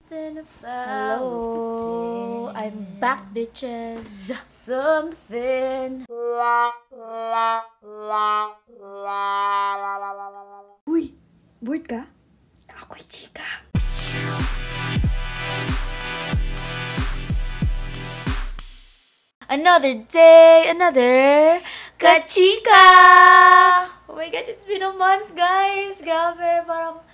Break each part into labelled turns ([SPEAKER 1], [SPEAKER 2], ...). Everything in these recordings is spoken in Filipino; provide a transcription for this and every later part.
[SPEAKER 1] something about
[SPEAKER 2] Hello,
[SPEAKER 1] the
[SPEAKER 2] I'm
[SPEAKER 1] jam.
[SPEAKER 2] back, bitches.
[SPEAKER 1] Something.
[SPEAKER 2] Uy, bored ka? Ako'y chika. Another day, another kachika! Oh my gosh, it's been a month, guys! Grabe, parang...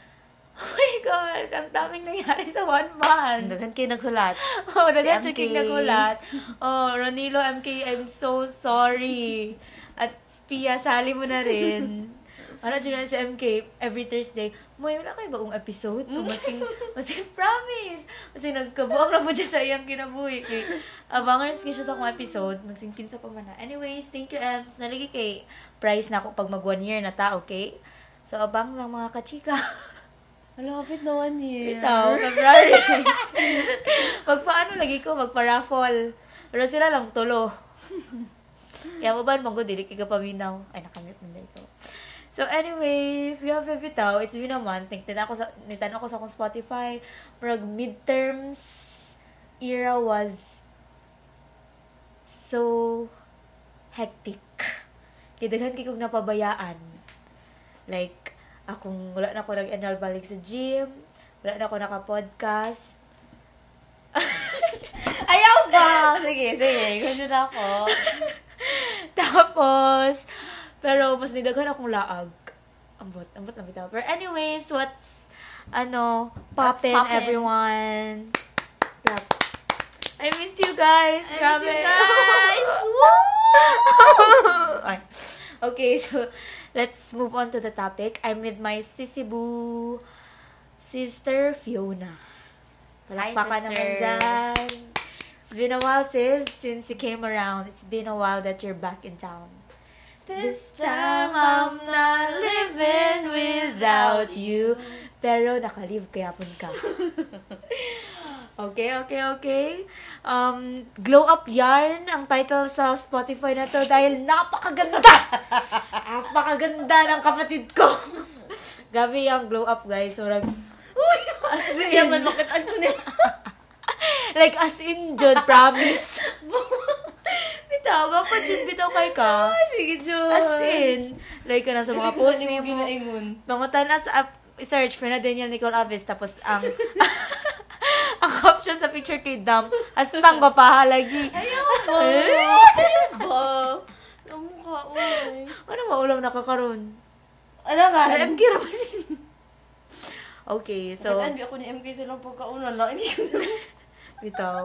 [SPEAKER 2] Oh my God, ang daming nangyari sa one month.
[SPEAKER 1] Dagan kayo naghulat.
[SPEAKER 2] Oh,
[SPEAKER 1] Si
[SPEAKER 2] dagan
[SPEAKER 1] MK.
[SPEAKER 2] chiking nagulat. Oh, Ronilo MK, I'm so sorry. At Pia, sali mo na rin. Ano dyan na si MK, every Thursday, Moy, wala kayo baong episode? O, masking, masking promise. Masking nagkabuang na po dyan sa iyang kinabuhi. Kay, abangers kayo siya sa akong episode. Masking kinsa pa man na. Anyways, thank you, Ems. Nalagi kay prize na ako pag mag one year na ta, okay? So, abang lang mga kachika.
[SPEAKER 1] Malapit na one year.
[SPEAKER 2] Itaw, February. Magpaano lagi ko, magpa-raffle. Pero sila lang tulo. Kaya mo ba, manggo, dili ka paminaw. Ay, nakamute na ito. So anyways, grabe bitaw, it's been a month. Nagtana ako sa, nagtana ako sa akong Spotify. Murag midterms era was so hectic. Kaya daghan kay kong napabayaan. Like, akong wala na ako nag-enroll balik sa gym. Wala na ako naka-podcast.
[SPEAKER 1] Ayaw ba? Sige, sige. Ganyan na ako.
[SPEAKER 2] Tapos, pero mas nidaghan akong laag. Ambot, ambot lang bitaw. Pero anyways, what's, ano,
[SPEAKER 1] What's
[SPEAKER 2] poppin',
[SPEAKER 1] poppin'?
[SPEAKER 2] everyone? Clap. I miss you guys.
[SPEAKER 1] I miss
[SPEAKER 2] Grabe.
[SPEAKER 1] you guys.
[SPEAKER 2] Ay. okay, so, let's move on to the topic. I'm with my sisibu sister Fiona. Palakpakan
[SPEAKER 1] sister.
[SPEAKER 2] naman dyan. It's been a while, sis, since you came around. It's been a while that you're back in town. This time I'm not living without you. Pero nakalive kaya pun ka. okay, okay, okay. Um, Glow Up Yarn ang title sa Spotify na to dahil napakaganda. napakaganda ng kapatid ko. Gabi yung glow up guys. So, like, Uy! As in,
[SPEAKER 1] Yaman, bakit ano nila?
[SPEAKER 2] like as in John promise. bitaw ka pa John, bitaw kay ka.
[SPEAKER 1] Sige, Jun.
[SPEAKER 2] As in, like ka na sa mga post niya mo.
[SPEAKER 1] ginaingon.
[SPEAKER 2] Pangutan na sa app, search for na Daniel Nicole Aves, tapos ang, ang caption sa picture kay Dump, as tanggo pa halagi.
[SPEAKER 1] Ayaw ba? Ayaw ba? Eh? Ang mukha, uy.
[SPEAKER 2] Ano ba ulam nakakaroon?
[SPEAKER 1] Ano nga?
[SPEAKER 2] Ay, ang kira pa rin. Okay, so,
[SPEAKER 1] So, Nakanbi ako ni MK sa lang pagkauna lang. Hindi ko na.
[SPEAKER 2] bitaw.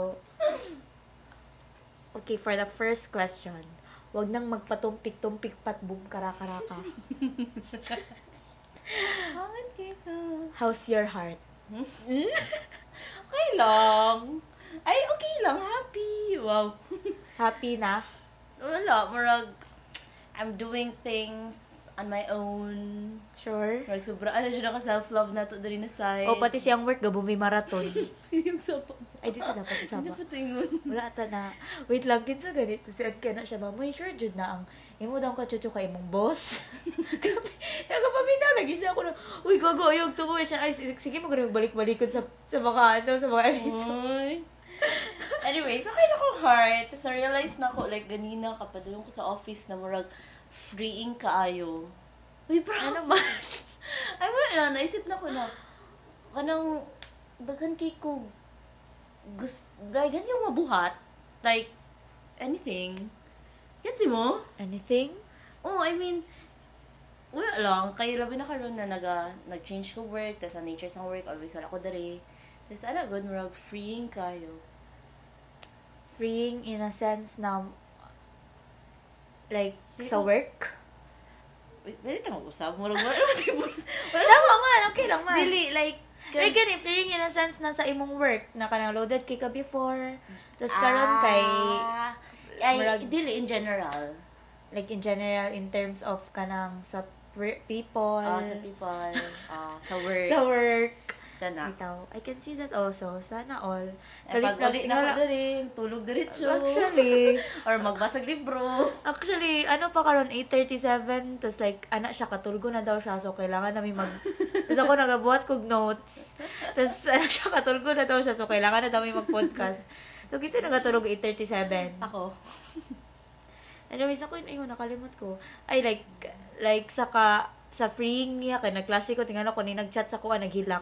[SPEAKER 2] Okay, for the first question, wag nang magpatumpik-tumpik patbum karakaraka.
[SPEAKER 1] Bakit kaya?
[SPEAKER 2] How's your heart?
[SPEAKER 1] Hmm? Okay lang. Ay, okay lang. Happy. Wow.
[SPEAKER 2] Happy na?
[SPEAKER 1] Wala. Marag, I'm doing things on my own.
[SPEAKER 2] Sure.
[SPEAKER 1] Marag, sobra. Ano siya naka self-love na to dali na side.
[SPEAKER 2] O, Oh, pati siyang work, gabo may marathon.
[SPEAKER 1] Yung sapa.
[SPEAKER 2] Ay, dito dapat
[SPEAKER 1] Hindi
[SPEAKER 2] sama.
[SPEAKER 1] pa tingon.
[SPEAKER 2] Wala ata na. Wait lang, kinsa ganito. Si MK na siya ba? May sure, Jude na ang imo daw ka chuchu kay imong boss. Grabe. Nagpamina lagi siya ako na, uy, gago, ayog, tubo siya. Ay, sige sige mo ganun balik-balikon sa, sa mga, ano, sa mga episode.
[SPEAKER 1] Oy. Anyways, okay na ko heart. Tapos na-realize na ako, like, ganina kapadulong ko sa office na marag freeing kaayo. Uy, bro.
[SPEAKER 2] Ano ba?
[SPEAKER 1] Ay, wala na. Naisip na ko na, kanang, daghan kay ko, gusto, daghan kay ko mabuhat. Like, anything. Gets mo?
[SPEAKER 2] Anything?
[SPEAKER 1] Oh, I mean, wala lang. Kaya labi na karoon na naga, nag-change ko work, tapos ang nature sa work, always wala ko dali. Tapos ala, good morag, freeing kayo.
[SPEAKER 2] Freeing in a sense na, like, sa work?
[SPEAKER 1] Wait, Dali tayo mag-usap. Murag, wala naman tayo bulos. Wala naman.
[SPEAKER 2] Tama man, okay lang man.
[SPEAKER 1] Dili, like,
[SPEAKER 2] Like, gani, feeling in a sense na sa imong work, na kanang loaded kay ka before, tapos karon kay,
[SPEAKER 1] Ah, Ay,
[SPEAKER 2] murag-
[SPEAKER 1] dili in general.
[SPEAKER 2] like in general, in terms of kanang sa per- people,
[SPEAKER 1] Ah, sa people, ah, sa work,
[SPEAKER 2] sa work,
[SPEAKER 1] kana.
[SPEAKER 2] bitaw. I can see that also, sana all.
[SPEAKER 1] Eh, pag
[SPEAKER 2] Kalit-
[SPEAKER 1] uli na
[SPEAKER 2] wala-
[SPEAKER 1] ko dali, tulog diretso.
[SPEAKER 2] Actually,
[SPEAKER 1] Or magbasag libro.
[SPEAKER 2] Actually, ano pa karon 8:37, tapos like anak siya katulgo na daw siya so kailangan namin mag Tapos ako nagabuhat kog notes. Tapos ano siya, katulog na daw siya. So, kailangan na daw may mag-podcast. So, kasi nagatulog 8.37.
[SPEAKER 1] Ako.
[SPEAKER 2] Anyways, ako yun, ayun, nakalimot ko. Ay, like, like, saka, sa free niya, kay nagklase ko, tingnan ako, ni nagchat sa kuha, naghilak.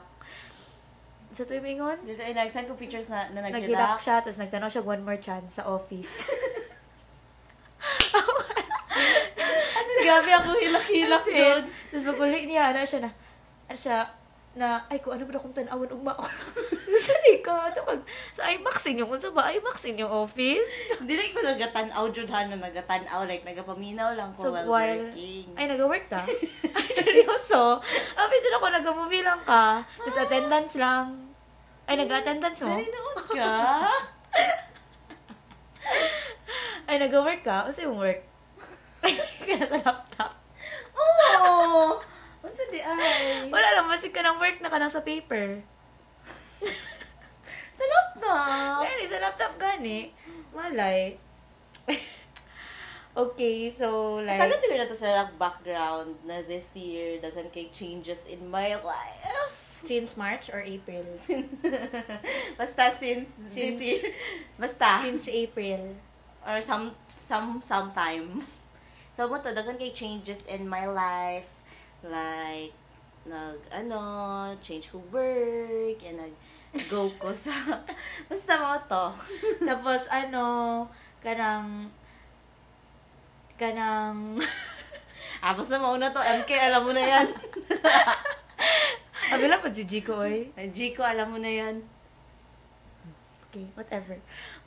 [SPEAKER 2] Sa tuwing ingon,
[SPEAKER 1] Dito, eh, nag-send ko pictures na, na
[SPEAKER 2] naghilak
[SPEAKER 1] nag-relax.
[SPEAKER 2] siya, tapos nagtanong siya one more chance sa office.
[SPEAKER 1] As in, gabi ako hilak-hilak
[SPEAKER 2] As in,
[SPEAKER 1] yun.
[SPEAKER 2] Tapos pag uli niya, ano siya na, ano siya, na, ay ko, ano ba akong tanawan, ugma ako. sa ka, ito kag, sa IMAX inyo, kung sa ba, IMAX inyo office.
[SPEAKER 1] Dili ko nagatanaw, jud ha, na nagatanaw. Like, nagapaminaw lang
[SPEAKER 2] So,
[SPEAKER 1] ko while,
[SPEAKER 2] while-
[SPEAKER 1] working.
[SPEAKER 2] Ay, nag-work ta? Ay, seryoso? Ah, medyo ako, nag-movie lang ka. Tapos attendance lang. Ay, nag-attendance mo?
[SPEAKER 1] Dali naon ka?
[SPEAKER 2] Ay, nag-work ka? Ano yung work? Ay, kaya sa laptop.
[SPEAKER 1] Oo! Unsa di ay?
[SPEAKER 2] Wala lang, masig ka ng work na ka na sa paper.
[SPEAKER 1] Sa laptop!
[SPEAKER 2] Kaya sa laptop gani. Malay. okay, so like...
[SPEAKER 1] Tagal siguro na to sa rock background na this year, daghan kay changes in my life.
[SPEAKER 2] Since March or April?
[SPEAKER 1] Basta since, this
[SPEAKER 2] Since-
[SPEAKER 1] year.
[SPEAKER 2] Ah.
[SPEAKER 1] Basta.
[SPEAKER 2] April.
[SPEAKER 1] or some some sometime. So mo to daghan kay changes in my life like nag ano, change who work and nag go ko sa basta mo to.
[SPEAKER 2] Tapos ano, kanang... Kanang...
[SPEAKER 1] Ah, basta mo na to MK alam mo na yan.
[SPEAKER 2] Abila po si Jiko, oy.
[SPEAKER 1] G ko alam mo na yan.
[SPEAKER 2] Okay, whatever.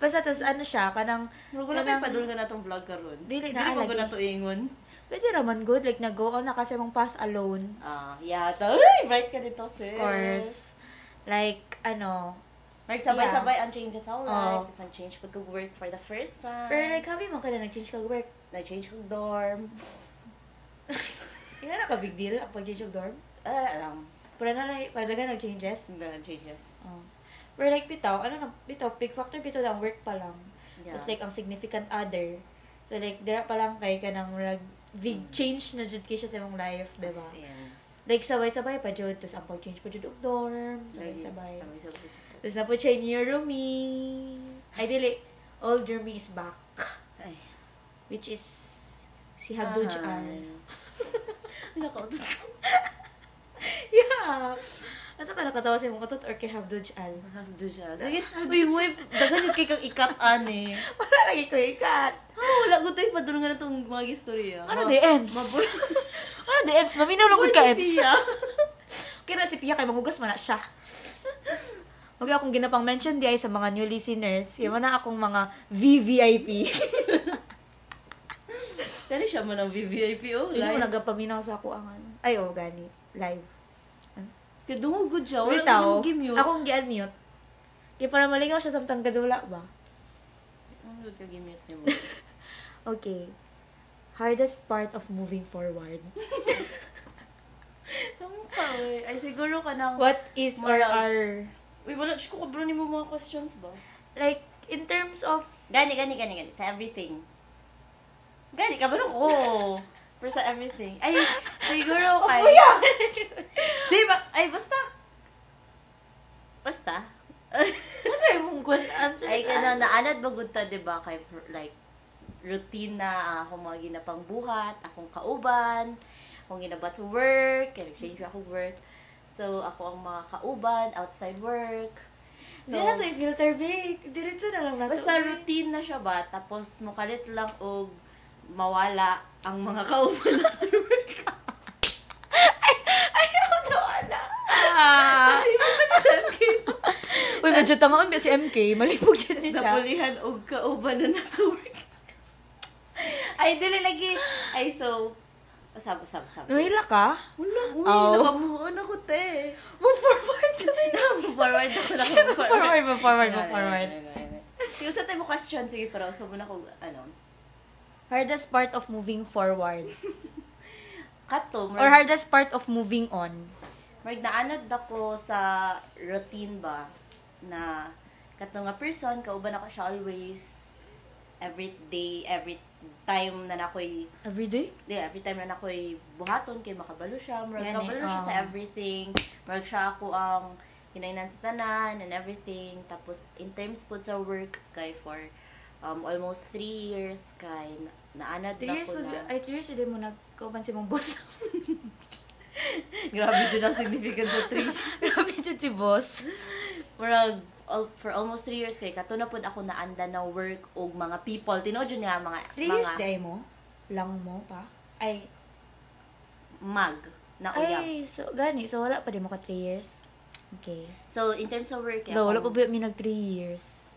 [SPEAKER 2] Basta tas ano siya, kanang...
[SPEAKER 1] Mugo na pa padulong na tong vlog karon.
[SPEAKER 2] Dili na
[SPEAKER 1] na ko
[SPEAKER 2] alagi.
[SPEAKER 1] na to ingon.
[SPEAKER 2] Pwede raman good, like nag-go on na kasi mong path alone.
[SPEAKER 1] Ah, yeah to. Uy, bright ka dito, sis.
[SPEAKER 2] Of course. Like, ano...
[SPEAKER 1] Like, sabay-sabay ang changes sa
[SPEAKER 2] Oh.
[SPEAKER 1] life. Tapos ang change pag-work for the first time.
[SPEAKER 2] Pero like, habi mo ka na nag-change ka work.
[SPEAKER 1] nag-change ko dorm.
[SPEAKER 2] Hindi na ka big deal ang pag-change of dorm.
[SPEAKER 1] Ah, alam.
[SPEAKER 2] Pero na lang, palaga nag-changes.
[SPEAKER 1] Simba ng changes.
[SPEAKER 2] Oh. Pero like, bitaw, ano na, bitaw, big factor bitaw lang, work pa lang.
[SPEAKER 1] Yeah.
[SPEAKER 2] Tapos like, ang significant other. So like, dira pa lang kay ka nang nag big
[SPEAKER 1] Mm.
[SPEAKER 2] change na jud kay siya sa imong life,
[SPEAKER 1] Diba?
[SPEAKER 2] di ba? Like, sabay-sabay pa jud, tapos ang pag-change pa jud og dorm, sabay-sabay.
[SPEAKER 1] Sabay-sabay.
[SPEAKER 2] Tapos na po siya your roomie. Ay, dili, old roomie is back.
[SPEAKER 1] Ay.
[SPEAKER 2] Which is, si Habduj
[SPEAKER 1] Ah.
[SPEAKER 2] R.
[SPEAKER 1] Wala ka utot ko.
[SPEAKER 2] Yeah! Asa ka nakatawa sa imong utot or kay Habduj Al?
[SPEAKER 1] Habduj R. Sige, uy, mo dagan yung kikang ikat-an eh.
[SPEAKER 2] Wala lagi ko ikat.
[SPEAKER 1] Ah, wala ko tayo padulong na itong mga istorya.
[SPEAKER 2] Ano
[SPEAKER 1] Ma-
[SPEAKER 2] di, Ems?
[SPEAKER 1] Mabul. ah.
[SPEAKER 2] Ano di, Ems? Maminulungod ka, Ems.
[SPEAKER 1] Pia.
[SPEAKER 2] Kaya na si Pia kay magugas man na siya. Huwag akong ginapang mention di ay sa mga new listeners. Kaya na akong mga VVIP.
[SPEAKER 1] Tani siya mo ng VVIP oh.
[SPEAKER 2] Hindi mo
[SPEAKER 1] Live.
[SPEAKER 2] nagapaminaw sa ako ang ano. Ay, oh, gani. Live.
[SPEAKER 1] Kadungugod oh, siya. Wala ka
[SPEAKER 2] Bitaw,
[SPEAKER 1] nang gimute.
[SPEAKER 2] akong gi-unmute. Kaya para maligaw siya sa tang kadula ba?
[SPEAKER 1] Ano ka gimute niya mo?
[SPEAKER 2] Okay. Hardest part of moving forward.
[SPEAKER 1] Tama ka eh. Ay, siguro ka nang...
[SPEAKER 2] What is or
[SPEAKER 1] Moral.
[SPEAKER 2] are...
[SPEAKER 1] Uy, wala. Diyos ko, kabro ni mo mga questions ba?
[SPEAKER 2] Like, in terms of...
[SPEAKER 1] Gani, gani, gani, gani. Sa everything. Gani, kabalo ko. Pero sa everything. Ay, siguro kay... Oh, yeah! ay, basta. Basta.
[SPEAKER 2] Kaya mong good answer. ah.
[SPEAKER 1] ay, ano, naanad bagod ta, di ba? Kay, fr- like, routine na ako mga ginapang buhat, akong kauban, akong ginabat sa work, kaya nag-change ako work. So, ako ang mga kauban, outside work.
[SPEAKER 2] Di na to i-filter, babe. Diretso na lang na to.
[SPEAKER 1] Basta routine na siya ba, tapos mukalit lang og mawala ang mga kauban after work.
[SPEAKER 2] Ay, ayaw to, ana.
[SPEAKER 1] Ah,
[SPEAKER 2] Ah. Uy, medyo tama kami si MK. Malipog siya din siya.
[SPEAKER 1] Napulihan og kauban na nasa work. Ay, dili lagi. Ay, so, usab, usab, usab.
[SPEAKER 2] Nuhila ka?
[SPEAKER 1] Wala, uy,
[SPEAKER 2] Oh.
[SPEAKER 1] nakamuhaan ako, te. Move-forward na Move-forward ako, nakamuhaan.
[SPEAKER 2] Forward, mo, forward, mo, forward.
[SPEAKER 1] Sige, sa tayo mo question, sige, pero usab mo na kung ano.
[SPEAKER 2] Hardest part of moving forward.
[SPEAKER 1] Cut to,
[SPEAKER 2] Or hardest part of moving on.
[SPEAKER 1] Marag naanad ako sa routine ba na katong nga person, kauban ako siya always, every day, every time na nakoy
[SPEAKER 2] Everyday?
[SPEAKER 1] di every time na nakoy buhaton kay makabalo siya murag
[SPEAKER 2] Yan eh,
[SPEAKER 1] kabalo siya
[SPEAKER 2] oh.
[SPEAKER 1] sa everything murag siya ako ang hinainan sa tanan and everything tapos in terms po sa work kay for um, almost three years kay na- naanad
[SPEAKER 2] Three
[SPEAKER 1] na
[SPEAKER 2] years
[SPEAKER 1] ko
[SPEAKER 2] would,
[SPEAKER 1] na
[SPEAKER 2] ay, three years would mo nagkauban si mong boss.
[SPEAKER 1] grabe jud ang significant sa three
[SPEAKER 2] Grabe dyan si boss.
[SPEAKER 1] murag al- for almost three years kay kato na po ako naanda na work og mga people tinuod jud niya mga
[SPEAKER 2] Three
[SPEAKER 1] mga
[SPEAKER 2] years day mo? Lang mo pa? Ay,
[SPEAKER 1] mag na uyab
[SPEAKER 2] ay, so, gani. So, wala pa din mo ka three years? Okay.
[SPEAKER 1] so in terms of work eh,
[SPEAKER 2] No, wala pa
[SPEAKER 1] akong-
[SPEAKER 2] ba mi nag three years?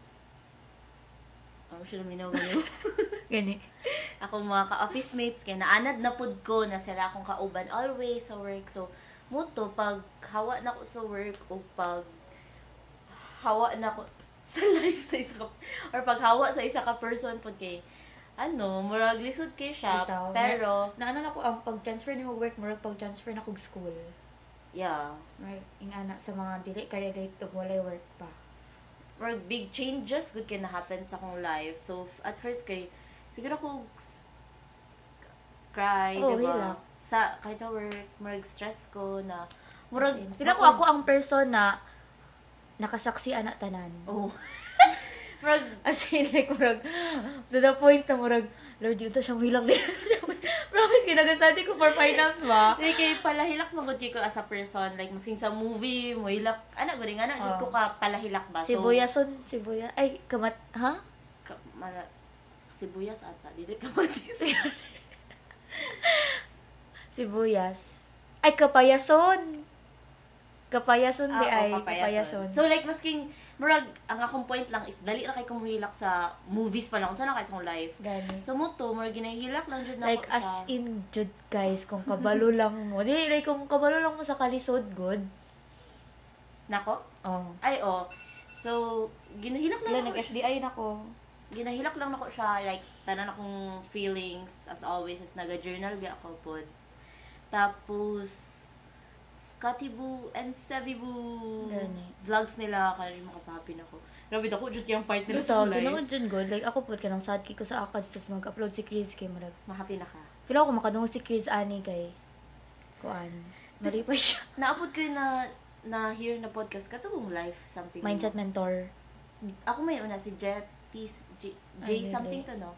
[SPEAKER 1] Oh, sure, minaw niyo.
[SPEAKER 2] Gani.
[SPEAKER 1] ako mga ka-office mates kay naanad na pud ko na sila akong kauban always sa work. So, muto pag hawa na ko sa work o pag hawa na ko sa life sa isa ka or pag hawa sa isa ka person pud kay ano, murag lisod kay siya.
[SPEAKER 2] Bitaw.
[SPEAKER 1] Pero,
[SPEAKER 2] Naano na ko ang pag-transfer ni mo work, murag pag-transfer na kog school.
[SPEAKER 1] yeah.
[SPEAKER 2] Right, ing ana sa mga dili ka relate og walay work pa.
[SPEAKER 1] Murag big changes good kay na-happen sa akong life. So, f- at first kay, siguro ko s- cry,
[SPEAKER 2] Oh,
[SPEAKER 1] di ba?
[SPEAKER 2] hila.
[SPEAKER 1] Sa, kahit sa work, murag stress ko na, murag,
[SPEAKER 2] Feel ko ako ang person na nakasaksi ana tanan.
[SPEAKER 1] Oh. Murag,
[SPEAKER 2] As in, like, murag, to the point na murag, Lord, yun to siya hilang din. Promise, kinagastudy ko for finals ba?
[SPEAKER 1] like, eh, kay palahilak magod kay ko as a person. Like, masking sa movie, mo hilak, anak, guri nga, anak, jud
[SPEAKER 2] Oh.
[SPEAKER 1] ko ka palahilak ba?
[SPEAKER 2] Sibuyason, sibuya, ay, kamat, ha?
[SPEAKER 1] Ka, mala, sibuyas ata, dili ka matis.
[SPEAKER 2] Sibuyas. Ay, kapayason! Kapayason di ay, Ah, kapayason.
[SPEAKER 1] So, like, masking, murag, ang akong point lang is, dali ra kay kong hilak sa movies pa lang, kung saan na kay sa akong life.
[SPEAKER 2] Gani.
[SPEAKER 1] So, mo to, murag, ginahilak lang jud na
[SPEAKER 2] like,
[SPEAKER 1] ako
[SPEAKER 2] as
[SPEAKER 1] sa-
[SPEAKER 2] in, jud guys, kung kabalo lang mo. Di, like, kung kabalo lang mo sa kalisod, good.
[SPEAKER 1] Nako?
[SPEAKER 2] Oh.
[SPEAKER 1] Ay, oh. So, ginahilak na ako.
[SPEAKER 2] nag-FDI na ko.
[SPEAKER 1] ginahilak lang nako siya like tanan akong feelings as always as naga-journal gyud ako pod tapos Skatibu and Sevibu
[SPEAKER 2] Gani.
[SPEAKER 1] vlogs nila kaya makapapin ako grabe ako jud yung part nila sa
[SPEAKER 2] So,
[SPEAKER 1] life
[SPEAKER 2] tinawad dyan good. Like, ako po, kanang sadki ko sa Akads, tapos mag-upload si Chris kay Marag.
[SPEAKER 1] mahapin na ka
[SPEAKER 2] Pila ako makadungog si Chris Ani kay Kuan. Maripay siya.
[SPEAKER 1] naapod ko yun na na hear na podcast ka tungong life something
[SPEAKER 2] Mindset mentor.
[SPEAKER 1] ako may una si Jetty J, J
[SPEAKER 2] Ay, hindi.
[SPEAKER 1] something to no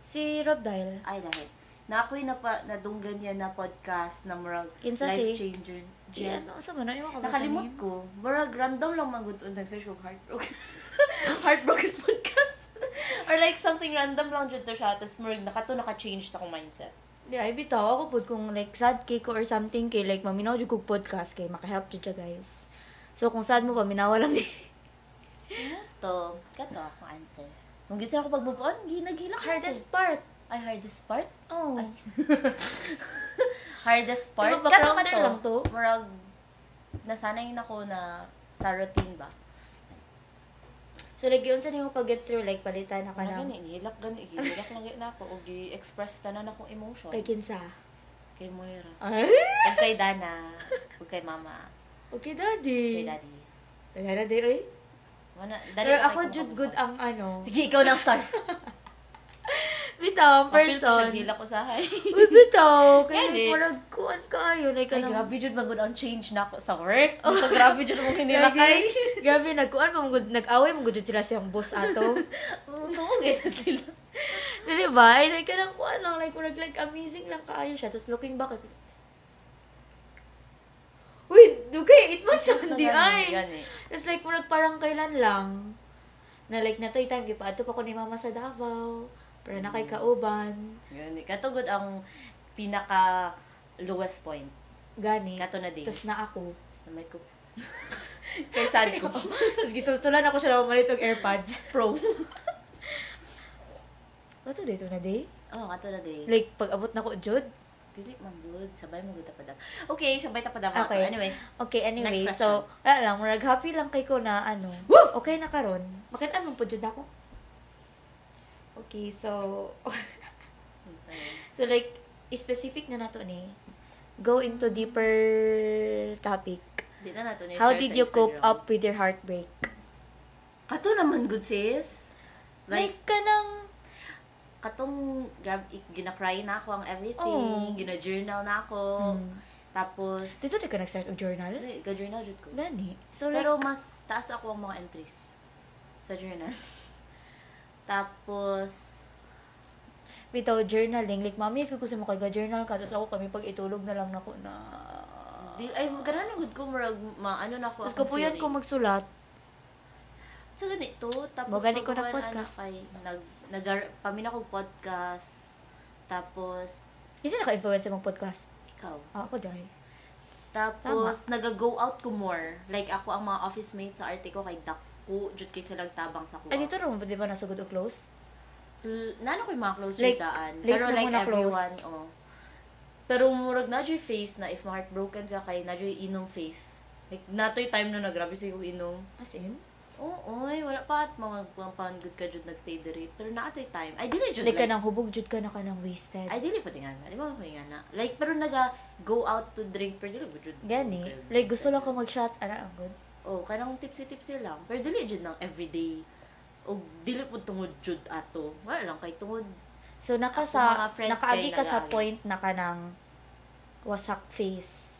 [SPEAKER 2] Si Rob Dial.
[SPEAKER 1] ay lahi na ako'y napa, nadunggan niya na podcast na murag
[SPEAKER 2] Kinsa
[SPEAKER 1] life
[SPEAKER 2] si-
[SPEAKER 1] changer
[SPEAKER 2] Yeah. Ano, sa man, ayaw
[SPEAKER 1] Nakalimot ko. Murag random lang magutod nag-search ko heartbroken. heartbroken podcast. Or like something random lang dito siya. Tapos murag nakato naka-change sa akong mindset.
[SPEAKER 2] Di, ay bitaw ako po kung like sad kay ko or something kay like maminaw jud kog podcast kay makahelp jud siya guys. So kung sad mo paminawa lang di.
[SPEAKER 1] To, kato ako answer. Nung gito ako pag-move on, gi- naghilak ako.
[SPEAKER 2] Hardest part.
[SPEAKER 1] Ay, hardest part?
[SPEAKER 2] Oh.
[SPEAKER 1] Ay. hardest part?
[SPEAKER 2] Diba,
[SPEAKER 1] kato
[SPEAKER 2] background
[SPEAKER 1] kato.
[SPEAKER 2] lang to?
[SPEAKER 1] Murag, nasanay na ko na sa routine ba?
[SPEAKER 2] So like yun sa nimo pag get through like palitan na ka ng
[SPEAKER 1] Ano gani, ihilak gani, ihilak na gani na ako. O gi-express tanan akong emotion.
[SPEAKER 2] kay kinsa.
[SPEAKER 1] Kay Moira.
[SPEAKER 2] Ay.
[SPEAKER 1] Huwag kay Dana. Huwag kay Mama.
[SPEAKER 2] Okay
[SPEAKER 1] Kay
[SPEAKER 2] daddy.
[SPEAKER 1] Daddy.
[SPEAKER 2] Tagara di oy.
[SPEAKER 1] Wala,
[SPEAKER 2] Pero
[SPEAKER 1] dali lang
[SPEAKER 2] ako
[SPEAKER 1] kay
[SPEAKER 2] jud
[SPEAKER 1] kumukha.
[SPEAKER 2] good ang ano.
[SPEAKER 1] Sige, ikaw nang start.
[SPEAKER 2] Bitaw ang
[SPEAKER 1] Person.
[SPEAKER 2] person.
[SPEAKER 1] Pagpil ko sa hay.
[SPEAKER 2] Uy, bitaw. Kaya like,
[SPEAKER 1] Gani.
[SPEAKER 2] parang kuan kayo. Like,
[SPEAKER 1] Kay
[SPEAKER 2] ano,
[SPEAKER 1] grabe jud magud on change na ako sa work. Oh. grabe jud mong hinilakay.
[SPEAKER 2] Grabe, nagkuan pa. mugod- Nag-away, magudod sila siyang boss ato.
[SPEAKER 1] Tungogay na sila.
[SPEAKER 2] Di ba? Ay, like, kanang kuan lang. Like, parang, like, amazing lang kaayo siya. Tapos, looking back, like, Uy, dugay, it months
[SPEAKER 1] It months
[SPEAKER 2] on
[SPEAKER 1] na
[SPEAKER 2] the
[SPEAKER 1] lang,
[SPEAKER 2] eye.
[SPEAKER 1] gani.
[SPEAKER 2] Tapos, like, parang, parang kailan lang. Na, like, na to'y time, kipa, ato pa ko ni mama sa Davao. Para na kay
[SPEAKER 1] Mm.
[SPEAKER 2] kauban.
[SPEAKER 1] Yun, katugod ang pinaka lowest point.
[SPEAKER 2] Gani.
[SPEAKER 1] Kato na din.
[SPEAKER 2] Tapos na ako.
[SPEAKER 1] Sa may ko. kay sad ko.
[SPEAKER 2] Tapos gisultulan ako siya naman itong AirPods.
[SPEAKER 1] Pro.
[SPEAKER 2] Kato dito na day?
[SPEAKER 1] Oh, kato na din.
[SPEAKER 2] Like, pag abot na ko, Jod.
[SPEAKER 1] Dili man good. Sabay mo good tapadam. Okay, sabay tapadam ako.
[SPEAKER 2] Okay.
[SPEAKER 1] Anyways,
[SPEAKER 2] Okay, anyway,
[SPEAKER 1] Next
[SPEAKER 2] so, wala lang, murag happy lang kay ko na, ano, okay na karon. Bakit anong po jud ako? Okay, so, so like, specific na nato ni, go into deeper topic.
[SPEAKER 1] di na nato ni
[SPEAKER 2] How
[SPEAKER 1] share
[SPEAKER 2] did
[SPEAKER 1] sa
[SPEAKER 2] you cope
[SPEAKER 1] Instagram.
[SPEAKER 2] up with your heartbreak?
[SPEAKER 1] Kato naman good sis.
[SPEAKER 2] Like, kanang,
[SPEAKER 1] katong grab i- ginakry na ako ang everything,
[SPEAKER 2] Oo.
[SPEAKER 1] gina-journal na ako.
[SPEAKER 2] Mm.
[SPEAKER 1] Tapos
[SPEAKER 2] hmm. Dito di ka nag-start og journal?
[SPEAKER 1] Hindi, ga-journal jud ko.
[SPEAKER 2] Gani. So, like,
[SPEAKER 1] Pero mas taas ako ang mga entries sa journal. Tapos
[SPEAKER 2] bitaw journaling, like, mami, ikaw gusto mo kay ga-journal ka, tapos ako kami pag itulog na lang nako na.
[SPEAKER 1] Di, ay, ganun ang good ko, marag, ma, ano na ako,
[SPEAKER 2] Tapos ko po yan kung magsulat.
[SPEAKER 1] So, ganito, tapos,
[SPEAKER 2] Mo, ganit ko
[SPEAKER 1] pag-
[SPEAKER 2] nag-podcast.
[SPEAKER 1] Ano, kay, nag, nag, pamin ako podcast, tapos,
[SPEAKER 2] Kasi naka-influence sa mga podcast.
[SPEAKER 1] ikaw.
[SPEAKER 2] Ah, ako dahil.
[SPEAKER 1] Tapos, nag-go out ko more. Like, ako ang mga office mates sa arte ko kay Daku, jud kay silang tabang sa kuha.
[SPEAKER 2] Ay, Ah, dito rin mo, di ba nasugod o close?
[SPEAKER 1] L- nano ko yung mga close
[SPEAKER 2] Like,
[SPEAKER 1] like, daan.
[SPEAKER 2] like
[SPEAKER 1] Pero
[SPEAKER 2] na
[SPEAKER 1] like
[SPEAKER 2] muna close.
[SPEAKER 1] everyone, oh. Pero murag na yung face na if heartbroken ka kay na yung inong face. Like, natoy time na nagrabe sa yung inong.
[SPEAKER 2] As in?
[SPEAKER 1] Oo, oy, wala pa at mga mga good ka jud nagstay diri. Pero naa tay time. I dili jud
[SPEAKER 2] Like, ka
[SPEAKER 1] like,
[SPEAKER 2] nang hubog, jud ka na ka nang wasted.
[SPEAKER 1] I dili pa tingan. Di ba ko na? Like pero naga go out to drink pero dili ba jud.
[SPEAKER 2] Gani.
[SPEAKER 1] Okay,
[SPEAKER 2] Like, gusto
[SPEAKER 1] sad.
[SPEAKER 2] lang ko mag-shot. Ano, ang good?
[SPEAKER 1] Oh, kanang tipsy-tipsy lang. Pero dili jud nang everyday. O dili pud tungod jud ato. Wala lang kay tungod
[SPEAKER 2] So, naka
[SPEAKER 1] Ako,
[SPEAKER 2] sa,
[SPEAKER 1] mga friends
[SPEAKER 2] nakaagi
[SPEAKER 1] kayo
[SPEAKER 2] ka sa
[SPEAKER 1] nag-aaway.
[SPEAKER 2] point na ka nang wasak face.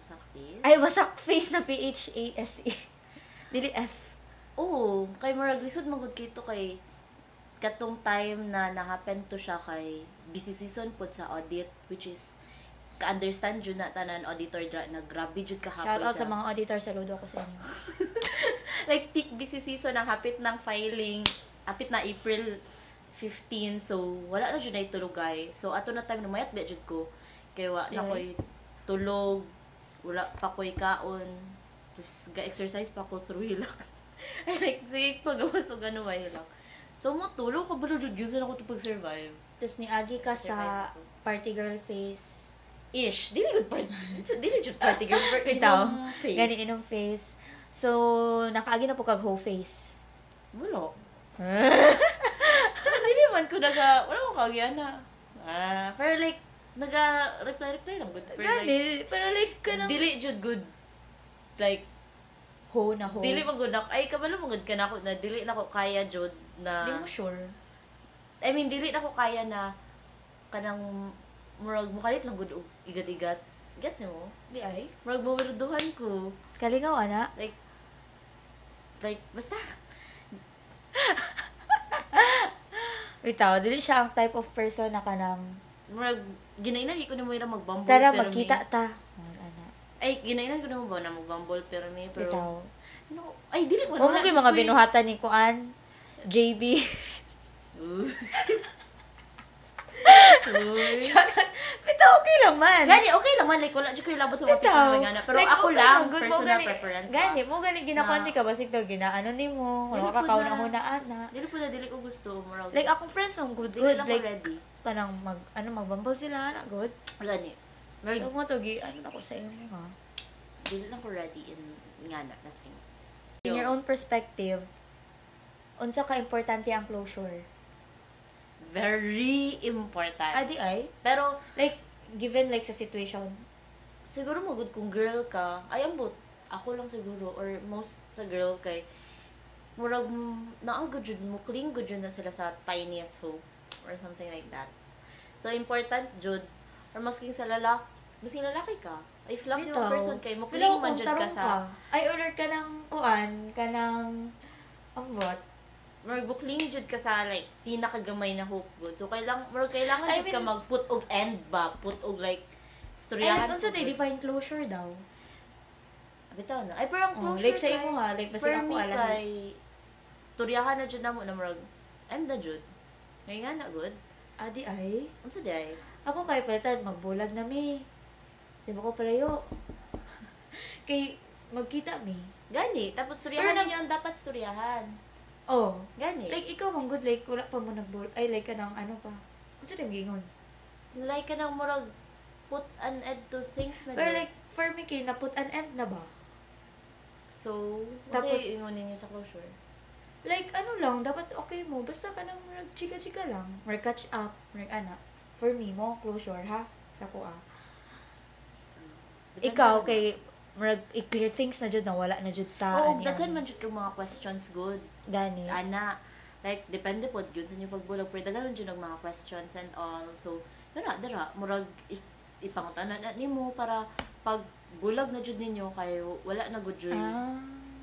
[SPEAKER 1] sa face.
[SPEAKER 2] Ay, wasak face na
[SPEAKER 1] E.
[SPEAKER 2] P-H-A-S-E. Dili F.
[SPEAKER 1] Oo, kay Murag Lisod magod kay to kay katong time na nahappen to siya kay busy season pud sa audit which is ka-understand jud na tanan auditor dra na grabe jud kahapon
[SPEAKER 2] Shout out sa mga auditor, saludo ko sa inyo.
[SPEAKER 1] like peak busy season ang hapit ng filing hapit na April 15 so wala na jud na tulogay so ato na time namayat ba jud ko kay wa na
[SPEAKER 2] Yeah.
[SPEAKER 1] koy tulog wala pa koy kaon tas ga-exercise pa ko through hilak I like sige pagawas og ano ba hilak so mo tulog ka balo jud gyud sa ako to pag-survive
[SPEAKER 2] Tapos niagi ka sa party girl face.
[SPEAKER 1] ish dili good part dili jud party girl part
[SPEAKER 2] Bitaw.
[SPEAKER 1] inong face.
[SPEAKER 2] Gani inong face. So, nakaagi na po kag whole face.
[SPEAKER 1] Wala. Hindi man ko naga, wala ko kagyan na. Ah, pero like, naga-reply-reply lang good. Pero like,
[SPEAKER 2] Gani, pero like ka nang...
[SPEAKER 1] dili jud good. Like,
[SPEAKER 2] ho na ho.
[SPEAKER 1] dili man good na, ay, kabalo man good ka na ako na, dili na ko kaya jud na,
[SPEAKER 2] Di mo sure.
[SPEAKER 1] I mean, dili na ko kaya na, kanang, murag, mukalit lang good, og igat-igat. Gets mo?
[SPEAKER 2] Di ay.
[SPEAKER 1] Murag, mawirduhan ko.
[SPEAKER 2] Kalingaw, ana.
[SPEAKER 1] Like, like, basta,
[SPEAKER 2] Bitaw, dili siya ang type of person na ka nang...
[SPEAKER 1] murag, ginainan ko na mo yung magbambol.
[SPEAKER 2] Tara,
[SPEAKER 1] pero may-
[SPEAKER 2] magkita ta. Mga Ana.
[SPEAKER 1] Ay, ginainan ko na mo ba na magbambol pero may pero...
[SPEAKER 2] Bitaw.
[SPEAKER 1] Ano, ay, dili ko
[SPEAKER 2] Huwag mo kay mga binuhatan ni Kuan. JB. Bitaw, okay naman.
[SPEAKER 1] Gani, okay naman. Like, wala dyan ko ilabot sa mga
[SPEAKER 2] Bitaw.
[SPEAKER 1] people na gana. Pero
[SPEAKER 2] Like,
[SPEAKER 1] ako
[SPEAKER 2] okay
[SPEAKER 1] lang,
[SPEAKER 2] lang, good mo
[SPEAKER 1] personal
[SPEAKER 2] gani-
[SPEAKER 1] preference ba?
[SPEAKER 2] Gani, mo gani ginakuanti ka basig daw ginaano nimo. Wala
[SPEAKER 1] Dili
[SPEAKER 2] ka
[SPEAKER 1] po
[SPEAKER 2] kaon
[SPEAKER 1] na.
[SPEAKER 2] ako na ana.
[SPEAKER 1] Dili po na, dili ko gusto. Moral.
[SPEAKER 2] Like akong friends ang good
[SPEAKER 1] dili
[SPEAKER 2] good
[SPEAKER 1] lang
[SPEAKER 2] like
[SPEAKER 1] ako ready.
[SPEAKER 2] kanang mag ano magbambaw sila ana good.
[SPEAKER 1] Gani. Like,
[SPEAKER 2] Huwag mo to gi ano na ko sa imo ha.
[SPEAKER 1] dili lang ko ready in nga na, na things.
[SPEAKER 2] In your own perspective, unsa ka importante ang closure?
[SPEAKER 1] Very important.
[SPEAKER 2] Adi ay
[SPEAKER 1] pero,
[SPEAKER 2] like given like sa situation.
[SPEAKER 1] siguro magud kung girl ka, ay ambot. Ako lang siguro, or most sa girl kay, murag, mm, naagod jud mo, cling good na sila sa tiniest hope, or something like that. So, important jud, or masking sa lalaki, masking lalaki ka, if love yung
[SPEAKER 2] Bitaw.
[SPEAKER 1] person kay, mo
[SPEAKER 2] Wala
[SPEAKER 1] cling
[SPEAKER 2] ko
[SPEAKER 1] man
[SPEAKER 2] kung
[SPEAKER 1] jud ka
[SPEAKER 2] tarong
[SPEAKER 1] sa,
[SPEAKER 2] Ay alert ka ng kuan, ka ng ambot.
[SPEAKER 1] murag mo cling jud ka sa, like, pinakagamay na hope good. So, kailang, murag, kailangan
[SPEAKER 2] I
[SPEAKER 1] jud ka
[SPEAKER 2] mean-
[SPEAKER 1] mag-put og end ba, put og, like,
[SPEAKER 2] Ay,
[SPEAKER 1] storyahan.
[SPEAKER 2] unsa
[SPEAKER 1] og
[SPEAKER 2] tay
[SPEAKER 1] good.
[SPEAKER 2] define closure daw?
[SPEAKER 1] Bitaw na. Ay, pero ang
[SPEAKER 2] Oh,
[SPEAKER 1] closure
[SPEAKER 2] like sa
[SPEAKER 1] kay-
[SPEAKER 2] imo ha, like
[SPEAKER 1] For
[SPEAKER 2] basta ako
[SPEAKER 1] me
[SPEAKER 2] alam.
[SPEAKER 1] kay storyahan na jud namo na murag and na jud. May nga na good.
[SPEAKER 2] Adi ay,
[SPEAKER 1] Unsa di ay?
[SPEAKER 2] ako kay palitan, magbulag na mi. Di ba ko palayo? kay, magkita mi.
[SPEAKER 1] Gani, tapos
[SPEAKER 2] Pero
[SPEAKER 1] storyahan
[SPEAKER 2] nag-
[SPEAKER 1] ninyo ang dapat storyahan.
[SPEAKER 2] Oh.
[SPEAKER 1] Gani. Like,
[SPEAKER 2] Like, ikaw mong good, like, wala pa mo nagbul. Ay, like, ka ng ano pa. Kasi rin gingon.
[SPEAKER 1] like ka nang murag put an end to things na
[SPEAKER 2] Pero
[SPEAKER 1] jud.
[SPEAKER 2] like, for me kay, naput an end na ba?
[SPEAKER 1] so,
[SPEAKER 2] Tapos-
[SPEAKER 1] tapos ingon ninyo sa closure.
[SPEAKER 2] Like, ano lang, dapat okay mo. Basta ka nang mag chika-chika lang. Mag catch up. Mag ana. For me, mo closure, ha? Sa ko, ah.
[SPEAKER 1] Depende
[SPEAKER 2] Ikaw,
[SPEAKER 1] na-
[SPEAKER 2] kay, mag i-clear things na jud na wala na jud ta. ano
[SPEAKER 1] Oo,
[SPEAKER 2] yan.
[SPEAKER 1] daghan man jud kag mga questions good.
[SPEAKER 2] Gani.
[SPEAKER 1] Ana, Like, depende po yun sa inyong pagbulag. Pero dagalan yun ang mga questions and all. So, yun na, dara. Murag, i- ipangutanan na nimo para pag bulag na jud ninyo kayo, wala na gud yun
[SPEAKER 2] Ah.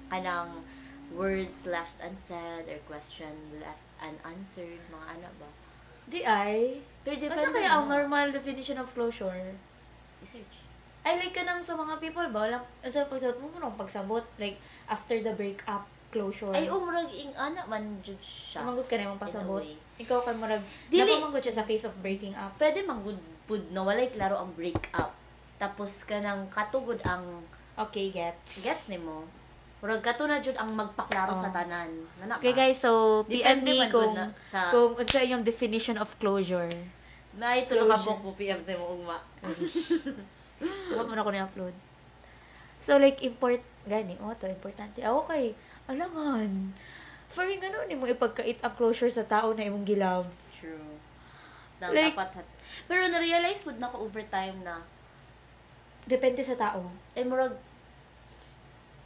[SPEAKER 1] kanang words left unsaid or question left unanswered, mga ano ba.
[SPEAKER 2] Di ay.
[SPEAKER 1] Pero
[SPEAKER 2] Basta
[SPEAKER 1] depende
[SPEAKER 2] kaya ang
[SPEAKER 1] na.
[SPEAKER 2] normal definition of closure.
[SPEAKER 1] I-search.
[SPEAKER 2] I like ka nang sa mga people ba? Walang, sa pagsabot mo, walang pagsabot. Like, after the breakup, closure.
[SPEAKER 1] Ay, umrag ing ana man jud siya.
[SPEAKER 2] Sumagot ka na yung pasabot.
[SPEAKER 1] In a way.
[SPEAKER 2] Ikaw kay murag,
[SPEAKER 1] Dili-
[SPEAKER 2] napamanggot siya sa face of breaking up.
[SPEAKER 1] Pwede manggudpud na walay klaro ang breakup. Tapos ka nang katugod ang
[SPEAKER 2] Okay, gets.
[SPEAKER 1] gets nimo. Murag kato na jud ang magpaklaro
[SPEAKER 2] Oh.
[SPEAKER 1] sa tanan. Nana
[SPEAKER 2] Okay guys, so PM
[SPEAKER 1] Depende
[SPEAKER 2] me
[SPEAKER 1] man
[SPEAKER 2] kung,
[SPEAKER 1] dun na- sa-
[SPEAKER 2] kung unsa yung definition of closure.
[SPEAKER 1] Na ito
[SPEAKER 2] Closure.
[SPEAKER 1] nakabok mo PM nimo ugma.
[SPEAKER 2] Oh, Huwag mo na ko na-upload. So like, import, gani, oh to, importante. Ako kay, alangan. For me, ganun, mo ipagkait ang closure sa tao na imong gilove.
[SPEAKER 1] True. Dahil
[SPEAKER 2] Like-
[SPEAKER 1] dapat hat. Pero na-realize pud na ko over time na
[SPEAKER 2] Depende sa tao.
[SPEAKER 1] eh murag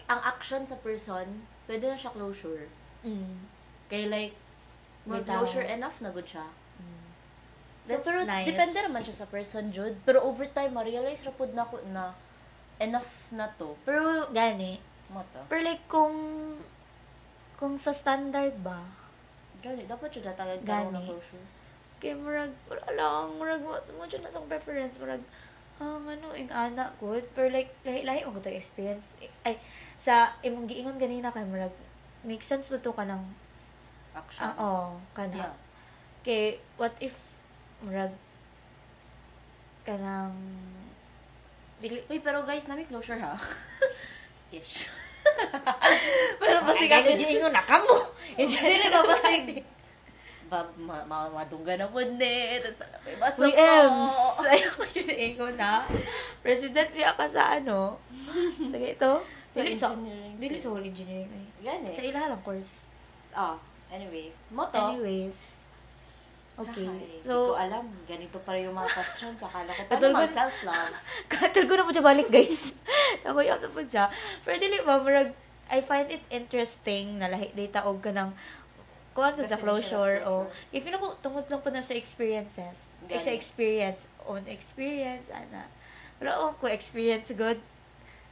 [SPEAKER 1] ang action sa person, pwede na siya closure.
[SPEAKER 2] Mm.
[SPEAKER 1] Kay like,
[SPEAKER 2] May
[SPEAKER 1] murag
[SPEAKER 2] tao.
[SPEAKER 1] closure enough na good siya. So,
[SPEAKER 2] That's
[SPEAKER 1] pero
[SPEAKER 2] nice.
[SPEAKER 1] depende naman siya sa person, Jude. Pero over time, ma-realize ra pud na ko na enough na to. Pero,
[SPEAKER 2] Gani.
[SPEAKER 1] mo to.
[SPEAKER 2] Pero like, kung, kung sa standard ba,
[SPEAKER 1] Gani, dapat jud talaga karoon na
[SPEAKER 2] Gani.
[SPEAKER 1] closure.
[SPEAKER 2] kay murag, wala lang, murag, mo mo dyan na sa preference, murag, um, ano, ing anak, good. Pero like, lahi-lahi mo to experience. Ay, sa imong giingon ganina kay murag, make sense mo to ka ng,
[SPEAKER 1] Action.
[SPEAKER 2] ah, oh, kana.
[SPEAKER 1] Yeah.
[SPEAKER 2] Kay, what if, murag, kanang, dili,
[SPEAKER 1] Uy, pero guys, nami closure ha. Ish. pero
[SPEAKER 2] Kasi
[SPEAKER 1] basig
[SPEAKER 2] ka
[SPEAKER 1] ako
[SPEAKER 2] Ah, giingon na kamo.
[SPEAKER 1] Dili ba basig? Ba, ma, ma, madungga na po ni. Tapos, may basa
[SPEAKER 2] We
[SPEAKER 1] pa.
[SPEAKER 2] Ems. Ayaw ko siya ingon na. President niya ka sa ano. Sige, ito.
[SPEAKER 1] Sa
[SPEAKER 2] Dili sa
[SPEAKER 1] engineering.
[SPEAKER 2] Dili sa whole engineering. ay.
[SPEAKER 1] Gani.
[SPEAKER 2] Sa ilaha lang course.
[SPEAKER 1] Ah, anyways. Moto.
[SPEAKER 2] Anyways. Okay.
[SPEAKER 1] Ay,
[SPEAKER 2] So,
[SPEAKER 1] hindi ko alam. Ganito pa rin yung mga questions. Akala ko,
[SPEAKER 2] Patulog na-
[SPEAKER 1] paano mag self-love?
[SPEAKER 2] Katal ko na po siya balik, guys. Nakoy up na po siya. Pero dili ba, marag, I find it interesting na lahi data og ka ng kuha ka ano sa
[SPEAKER 1] Definition of
[SPEAKER 2] closure o
[SPEAKER 1] closure.
[SPEAKER 2] if you know tungod lang po na sa experiences Ay, sa
[SPEAKER 1] Ganun.
[SPEAKER 2] experience own experience ana pero oh, ko experience good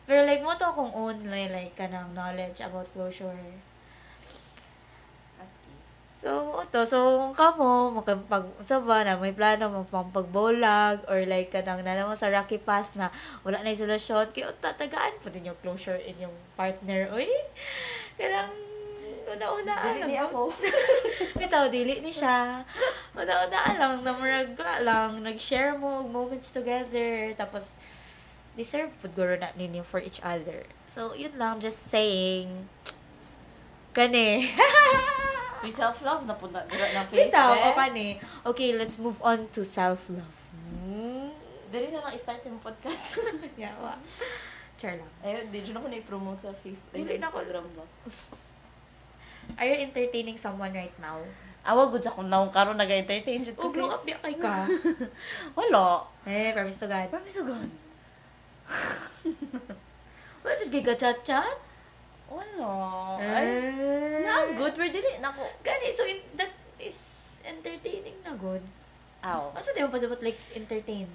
[SPEAKER 2] pero like mo to akong own like, like ka ng knowledge about closure
[SPEAKER 1] Okay.
[SPEAKER 2] So, ito, so, kung ka mo, makapag, sa ba, na may plano, magpampagbolag, or like, kanang na mo sa rocky path na wala na yung solusyon, kaya tatagaan po din yung closure in yung partner, uy, kanang, una-una,
[SPEAKER 1] Dili
[SPEAKER 2] lang,
[SPEAKER 1] ako.
[SPEAKER 2] bitaw, dili ni siya, una-una lang, na murag ka lang, nag-share mo, og moments together, tapos, deserve po guro na ninyo for each other. So, yun lang, just saying, kani.
[SPEAKER 1] May self-love na punta dira na face.
[SPEAKER 2] Bitaw,
[SPEAKER 1] eh.
[SPEAKER 2] o ka ni. oh, Okay, let's move on to self-love. Hmm.
[SPEAKER 1] Dali na lang i-start yung podcast.
[SPEAKER 2] Yeah, wa. Char lang.
[SPEAKER 1] Ayun, Eh, di dyan ako na-promote sa Facebook.
[SPEAKER 2] Dili
[SPEAKER 1] Ay,
[SPEAKER 2] na ako.
[SPEAKER 1] Instagram ba?
[SPEAKER 2] Are you entertaining someone right now?
[SPEAKER 1] Awa, Ah, good ako na karon nag-entertain dyan.
[SPEAKER 2] Oh, glow up ya kay ka.
[SPEAKER 1] Wala.
[SPEAKER 2] eh, promise to God.
[SPEAKER 1] Promise to God.
[SPEAKER 2] Wala, just giga chat-chat.
[SPEAKER 1] Wala.
[SPEAKER 2] Oh,
[SPEAKER 1] Ay,
[SPEAKER 2] Eh.
[SPEAKER 1] na, good. Pero dili na ako.
[SPEAKER 2] Gani, eh, so in, that is entertaining na good.
[SPEAKER 1] Ow.
[SPEAKER 2] Asa di mo pa sabot, like, entertain?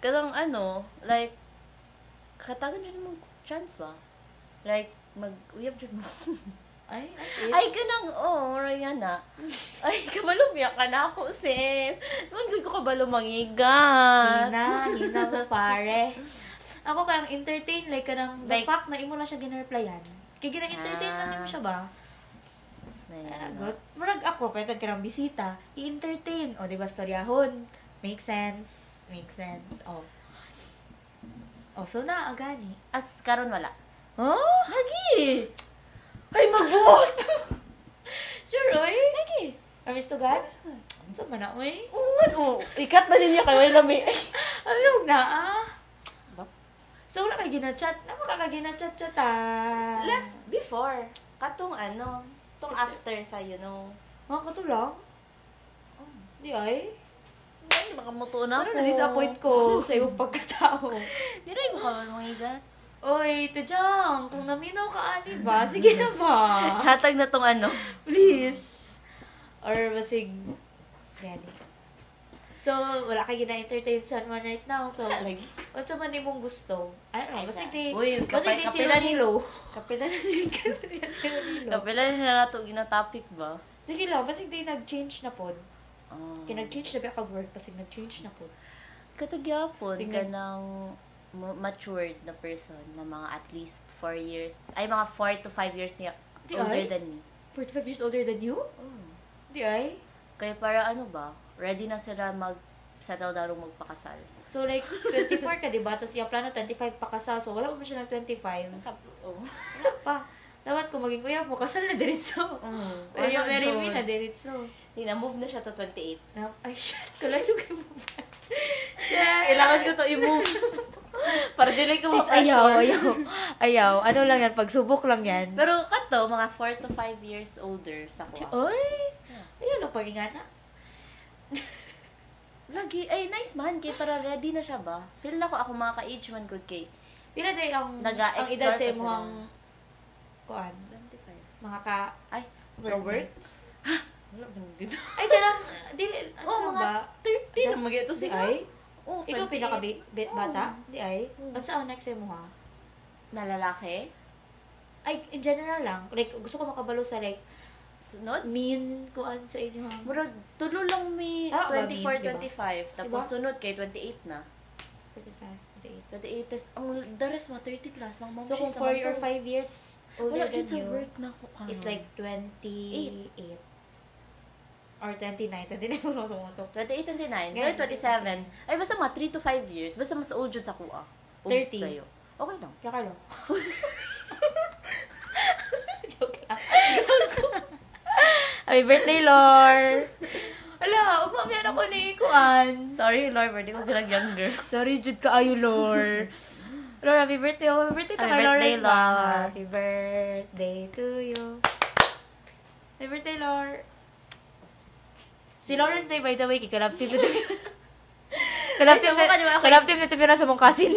[SPEAKER 1] Karang ano, like, katagan dyan mo chance ba? Like, mag-uyab dyan mo.
[SPEAKER 2] Ay, as in.
[SPEAKER 1] Ay, ganang, oh, yan na. Ay, kabalumiya ka na ako, sis. Naman, good ko kabalo mangigat.
[SPEAKER 2] Hina, hina mo pare. Ako kayang entertain, like kanang the
[SPEAKER 1] Like-
[SPEAKER 2] fact na imo lang siya ginereplyan. Kaya gina-entertain lang
[SPEAKER 1] Ah.
[SPEAKER 2] nimo siya ba?
[SPEAKER 1] Ayan,
[SPEAKER 2] Agot. Murag ako, pwede ka ng bisita, i-entertain. O, di ba, storyahon? Make sense. Make sense. O. O, so na, agani.
[SPEAKER 1] As karon wala.
[SPEAKER 2] Oh?
[SPEAKER 1] Lagi! Ay, mabuot!
[SPEAKER 2] Sure, oy? Lagi. Amis to God? So, mana, oy?
[SPEAKER 1] Uman, oh. Ikat na niya kayo, ay lami.
[SPEAKER 2] Ano na, ah?
[SPEAKER 1] Bap.
[SPEAKER 2] So, wala kay ginachat. Ano ka ginachat-chat, ah?
[SPEAKER 1] Last, before, katong ano, tong after sa, you know.
[SPEAKER 2] Mga kato lang? Oh, Di ay?
[SPEAKER 1] Ay, baka mutuon na ako.
[SPEAKER 2] Ano na-disappoint ko sa iyong pagkatao?
[SPEAKER 1] Hindi ko kabalo mangigat.
[SPEAKER 2] Oy, Tejang, kung naminaw ka ani ba, sige na ba?
[SPEAKER 1] Hatag na tong ano.
[SPEAKER 2] Please. Or basig. Gani. So, wala ka gina-entertain sa man right now. So,
[SPEAKER 1] Wala lagi.
[SPEAKER 2] unsa man imong gusto? I don't know, basig di,
[SPEAKER 1] Uy,
[SPEAKER 2] basig
[SPEAKER 1] kapil-
[SPEAKER 2] di si
[SPEAKER 1] kapila ni-
[SPEAKER 2] Ronilo.
[SPEAKER 1] Kapila na din ka.
[SPEAKER 2] si Ronilo.
[SPEAKER 1] Kapila na nato ginatopic ba?
[SPEAKER 2] Sige lang, basig di nag-change na pod.
[SPEAKER 1] Oh.
[SPEAKER 2] Kaya nag-change na ba ako work, basig nag-change na pod.
[SPEAKER 1] Katagyapon
[SPEAKER 2] Sige.
[SPEAKER 1] ka ng ma- matured na person na mga at least 4 years, ay mga 4 to 5 years niya
[SPEAKER 2] Di
[SPEAKER 1] older
[SPEAKER 2] ay?
[SPEAKER 1] than me.
[SPEAKER 2] 45 years older than you? Di ay?
[SPEAKER 1] Kaya para ano ba, ready na sila mag settle down o magpakasal.
[SPEAKER 2] So, like, 24 ka, di ba? Tapos, yung plano, 25 pa kasal. So, wala pa mo siya ng 25. Wala
[SPEAKER 1] Oo.
[SPEAKER 2] pa. Dapat kung maging kuya mo, kasal na diretso.
[SPEAKER 1] Mm.
[SPEAKER 2] Pero yung
[SPEAKER 1] Wala,
[SPEAKER 2] marry me
[SPEAKER 1] John.
[SPEAKER 2] na diretso.
[SPEAKER 1] Nina-move na siya to 28.
[SPEAKER 2] Na, ay, shit. Kalay ko kayo mo pa.
[SPEAKER 1] Kailangan ko to i-move. para delay ko
[SPEAKER 2] Sis, ayaw, ayaw. Ayaw. Ano lang yan? Pagsubok lang yan.
[SPEAKER 1] Pero kato, mga 4 to 5 years older sa ko.
[SPEAKER 2] Oy! Ayun, ang pag-ingana.
[SPEAKER 1] Lagi, ay nice man, kay para ready na siya ba? Feel na ko ako mga ka-age man good kay.
[SPEAKER 2] Pira day ang, ang
[SPEAKER 1] Naga-explore
[SPEAKER 2] edad sa
[SPEAKER 1] pa
[SPEAKER 2] imo
[SPEAKER 1] sila.
[SPEAKER 2] ang kuan,
[SPEAKER 1] 25.
[SPEAKER 2] mga ka
[SPEAKER 1] Ay,
[SPEAKER 2] Work
[SPEAKER 1] ka-works? Wala ba dito?
[SPEAKER 2] ay tara di ano
[SPEAKER 1] Oo,
[SPEAKER 2] lang
[SPEAKER 1] mga
[SPEAKER 2] ba
[SPEAKER 1] 30 na
[SPEAKER 2] Just-
[SPEAKER 1] mag ito
[SPEAKER 2] di
[SPEAKER 1] sila.
[SPEAKER 2] ay
[SPEAKER 1] Oh,
[SPEAKER 2] ikaw
[SPEAKER 1] 28.
[SPEAKER 2] pinaka bi- bi-
[SPEAKER 1] Oo.
[SPEAKER 2] bata di ay
[SPEAKER 1] Mm.
[SPEAKER 2] ano sa ang next mo ha
[SPEAKER 1] Na lalaki?
[SPEAKER 2] ay in general lang like gusto ko makabalo sa like
[SPEAKER 1] Sunod?
[SPEAKER 2] mean kuan sa inyo ha
[SPEAKER 1] Murag, tulo lang may
[SPEAKER 2] Ah,
[SPEAKER 1] 24,
[SPEAKER 2] diba?
[SPEAKER 1] 25. Tapos
[SPEAKER 2] Diba?
[SPEAKER 1] sunod kay 28 na.
[SPEAKER 2] 45
[SPEAKER 1] 28, tas ang dares mo, 30 plus. Mga
[SPEAKER 2] 48
[SPEAKER 1] mom,
[SPEAKER 2] so kung 4 or 5 years older
[SPEAKER 1] wala,
[SPEAKER 2] than
[SPEAKER 1] dyan sa
[SPEAKER 2] you
[SPEAKER 1] work na ko. Ano?
[SPEAKER 2] is like 28 or 29 29 ko sa mga to
[SPEAKER 1] 28, 29,
[SPEAKER 2] Ganyan.
[SPEAKER 1] Ganyan, 27. Ay, basta mga 3 to 5 years. Basta mas old yun sa kuha.
[SPEAKER 2] 30.
[SPEAKER 1] Kayo. Okay lang.
[SPEAKER 2] Kaya ka lang. Joke lang. Happy birthday, Lor! Ala, umamiyan ako ni Kuan.
[SPEAKER 1] Sorry, Lord, hindi ko gilang younger.
[SPEAKER 2] Sorry, Jude ka ayo, Lor. Lor, happy birthday. Oh, happy birthday to
[SPEAKER 1] Happy
[SPEAKER 2] kay
[SPEAKER 1] birthday,
[SPEAKER 2] Lawrence ba?
[SPEAKER 1] Lor.
[SPEAKER 2] Happy birthday to you. Happy birthday, Lor. Si Lawrence Day, by the way, kikalap team na Kalap team na,
[SPEAKER 1] Ay, subukan niyo ako.
[SPEAKER 2] kalap team na tipira sa mong kasin.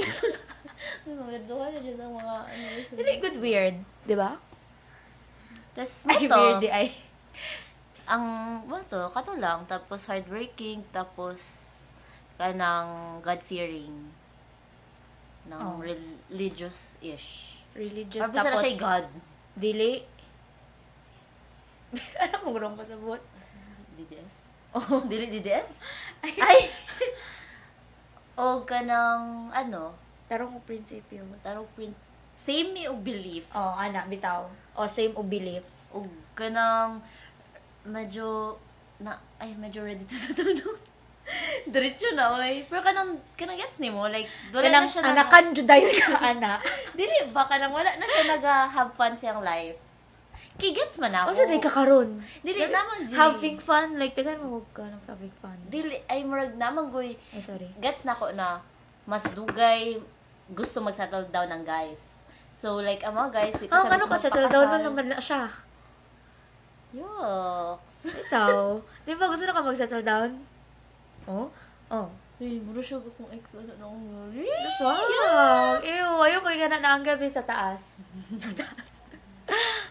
[SPEAKER 1] Maganda na dyan ang mga ano.
[SPEAKER 2] Really good weird, di ba?
[SPEAKER 1] Tapos mo
[SPEAKER 2] Ay,
[SPEAKER 1] to,
[SPEAKER 2] weird di ay.
[SPEAKER 1] ang mo to, kato lang, tapos hardworking, tapos kanang God-fearing.
[SPEAKER 2] Oh.
[SPEAKER 1] Nang religious-ish.
[SPEAKER 2] Religious
[SPEAKER 1] Just Or basta na
[SPEAKER 2] tapos
[SPEAKER 1] siya'y God.
[SPEAKER 2] dili. ano mo wrong pa sa buhat?
[SPEAKER 1] DDS? Oh. Dili DDS?
[SPEAKER 2] Ay.
[SPEAKER 1] Ay! o kanang, ano,
[SPEAKER 2] Tarong ko prinsipyo.
[SPEAKER 1] tarong print, same mi o beliefs.
[SPEAKER 2] Oh, ana bitaw. O Oh, same o beliefs.
[SPEAKER 1] O kanang, medyo, na, ay, medyo ready to sa tulog. Diretso na, oy. Pero kanang, kanang gets ni mo, like, wala
[SPEAKER 2] Kanang
[SPEAKER 1] na siya
[SPEAKER 2] ana
[SPEAKER 1] nag-
[SPEAKER 2] kanjo dayon ka ana.
[SPEAKER 1] Dili ba ka nang wala na siya nag-have fun siyang life? Kay gets man ako.
[SPEAKER 2] Ano sa day ka karon?
[SPEAKER 1] Dili naman, G.
[SPEAKER 2] Having fun like tagan mo huwag ka ng having fun.
[SPEAKER 1] Dili, ay murag naman goy.
[SPEAKER 2] Ay sorry.
[SPEAKER 1] Gets na ko na mas dugay gusto mag-settle down ng guys. So like ang mga guys, dito
[SPEAKER 2] Ah, ano ka settle down na naman na siya.
[SPEAKER 1] Yucks.
[SPEAKER 2] Bitaw. Di ba gusto na ka mag-settle down? Oh? Oh.
[SPEAKER 1] Uy, mura siya kung ex ano na akong
[SPEAKER 2] Wow! Diba? Ew, ayaw ko na na ang gabi sa taas. sa taas.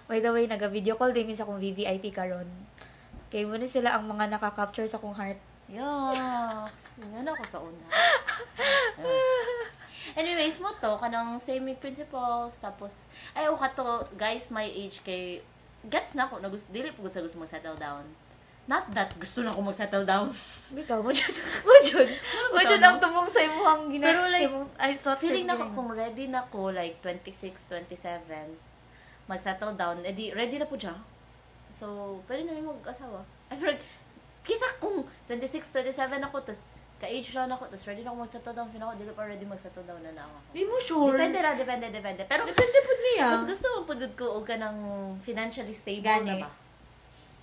[SPEAKER 2] By the way, naga-video call din minsan akong VVIP karon. Kay mo ni sila ang mga nakaka-capture sa akong heart.
[SPEAKER 1] Yucks. Nga na ako sa una. Anyways, mo to, kanang semi-principles, tapos, ay, o ka to, guys my age kay, gets na ako, na gusto, dili po sa gusto mag-settle down. Not that gusto na ako mag-settle down.
[SPEAKER 2] Bitaw, mo jud. Mo jud. Mo
[SPEAKER 1] bitaw
[SPEAKER 2] jud
[SPEAKER 1] mo?
[SPEAKER 2] ang tumong sa imo ang gina.
[SPEAKER 1] Ano Pero like,
[SPEAKER 2] sa imong- ay, thoughts sa
[SPEAKER 1] Feeling na ako
[SPEAKER 2] imong-
[SPEAKER 1] kung ready na ko, like 26, 27, mag-settle down, edi ready na po siya. So, pwede na may mag-asawa. Ay, pero, kisa kung 26, 27 ako, tas ka-age lang ako, tas ready na ako mag-settle down, feeling ako, dili pa ready mag-settle down na na ako.
[SPEAKER 2] Di mo sure.
[SPEAKER 1] Depende ra, depende, depende. Pero,
[SPEAKER 2] Depende po niya.
[SPEAKER 1] mas gusto mo pagod ko o ka ng financially stable
[SPEAKER 2] Gani.
[SPEAKER 1] na ba?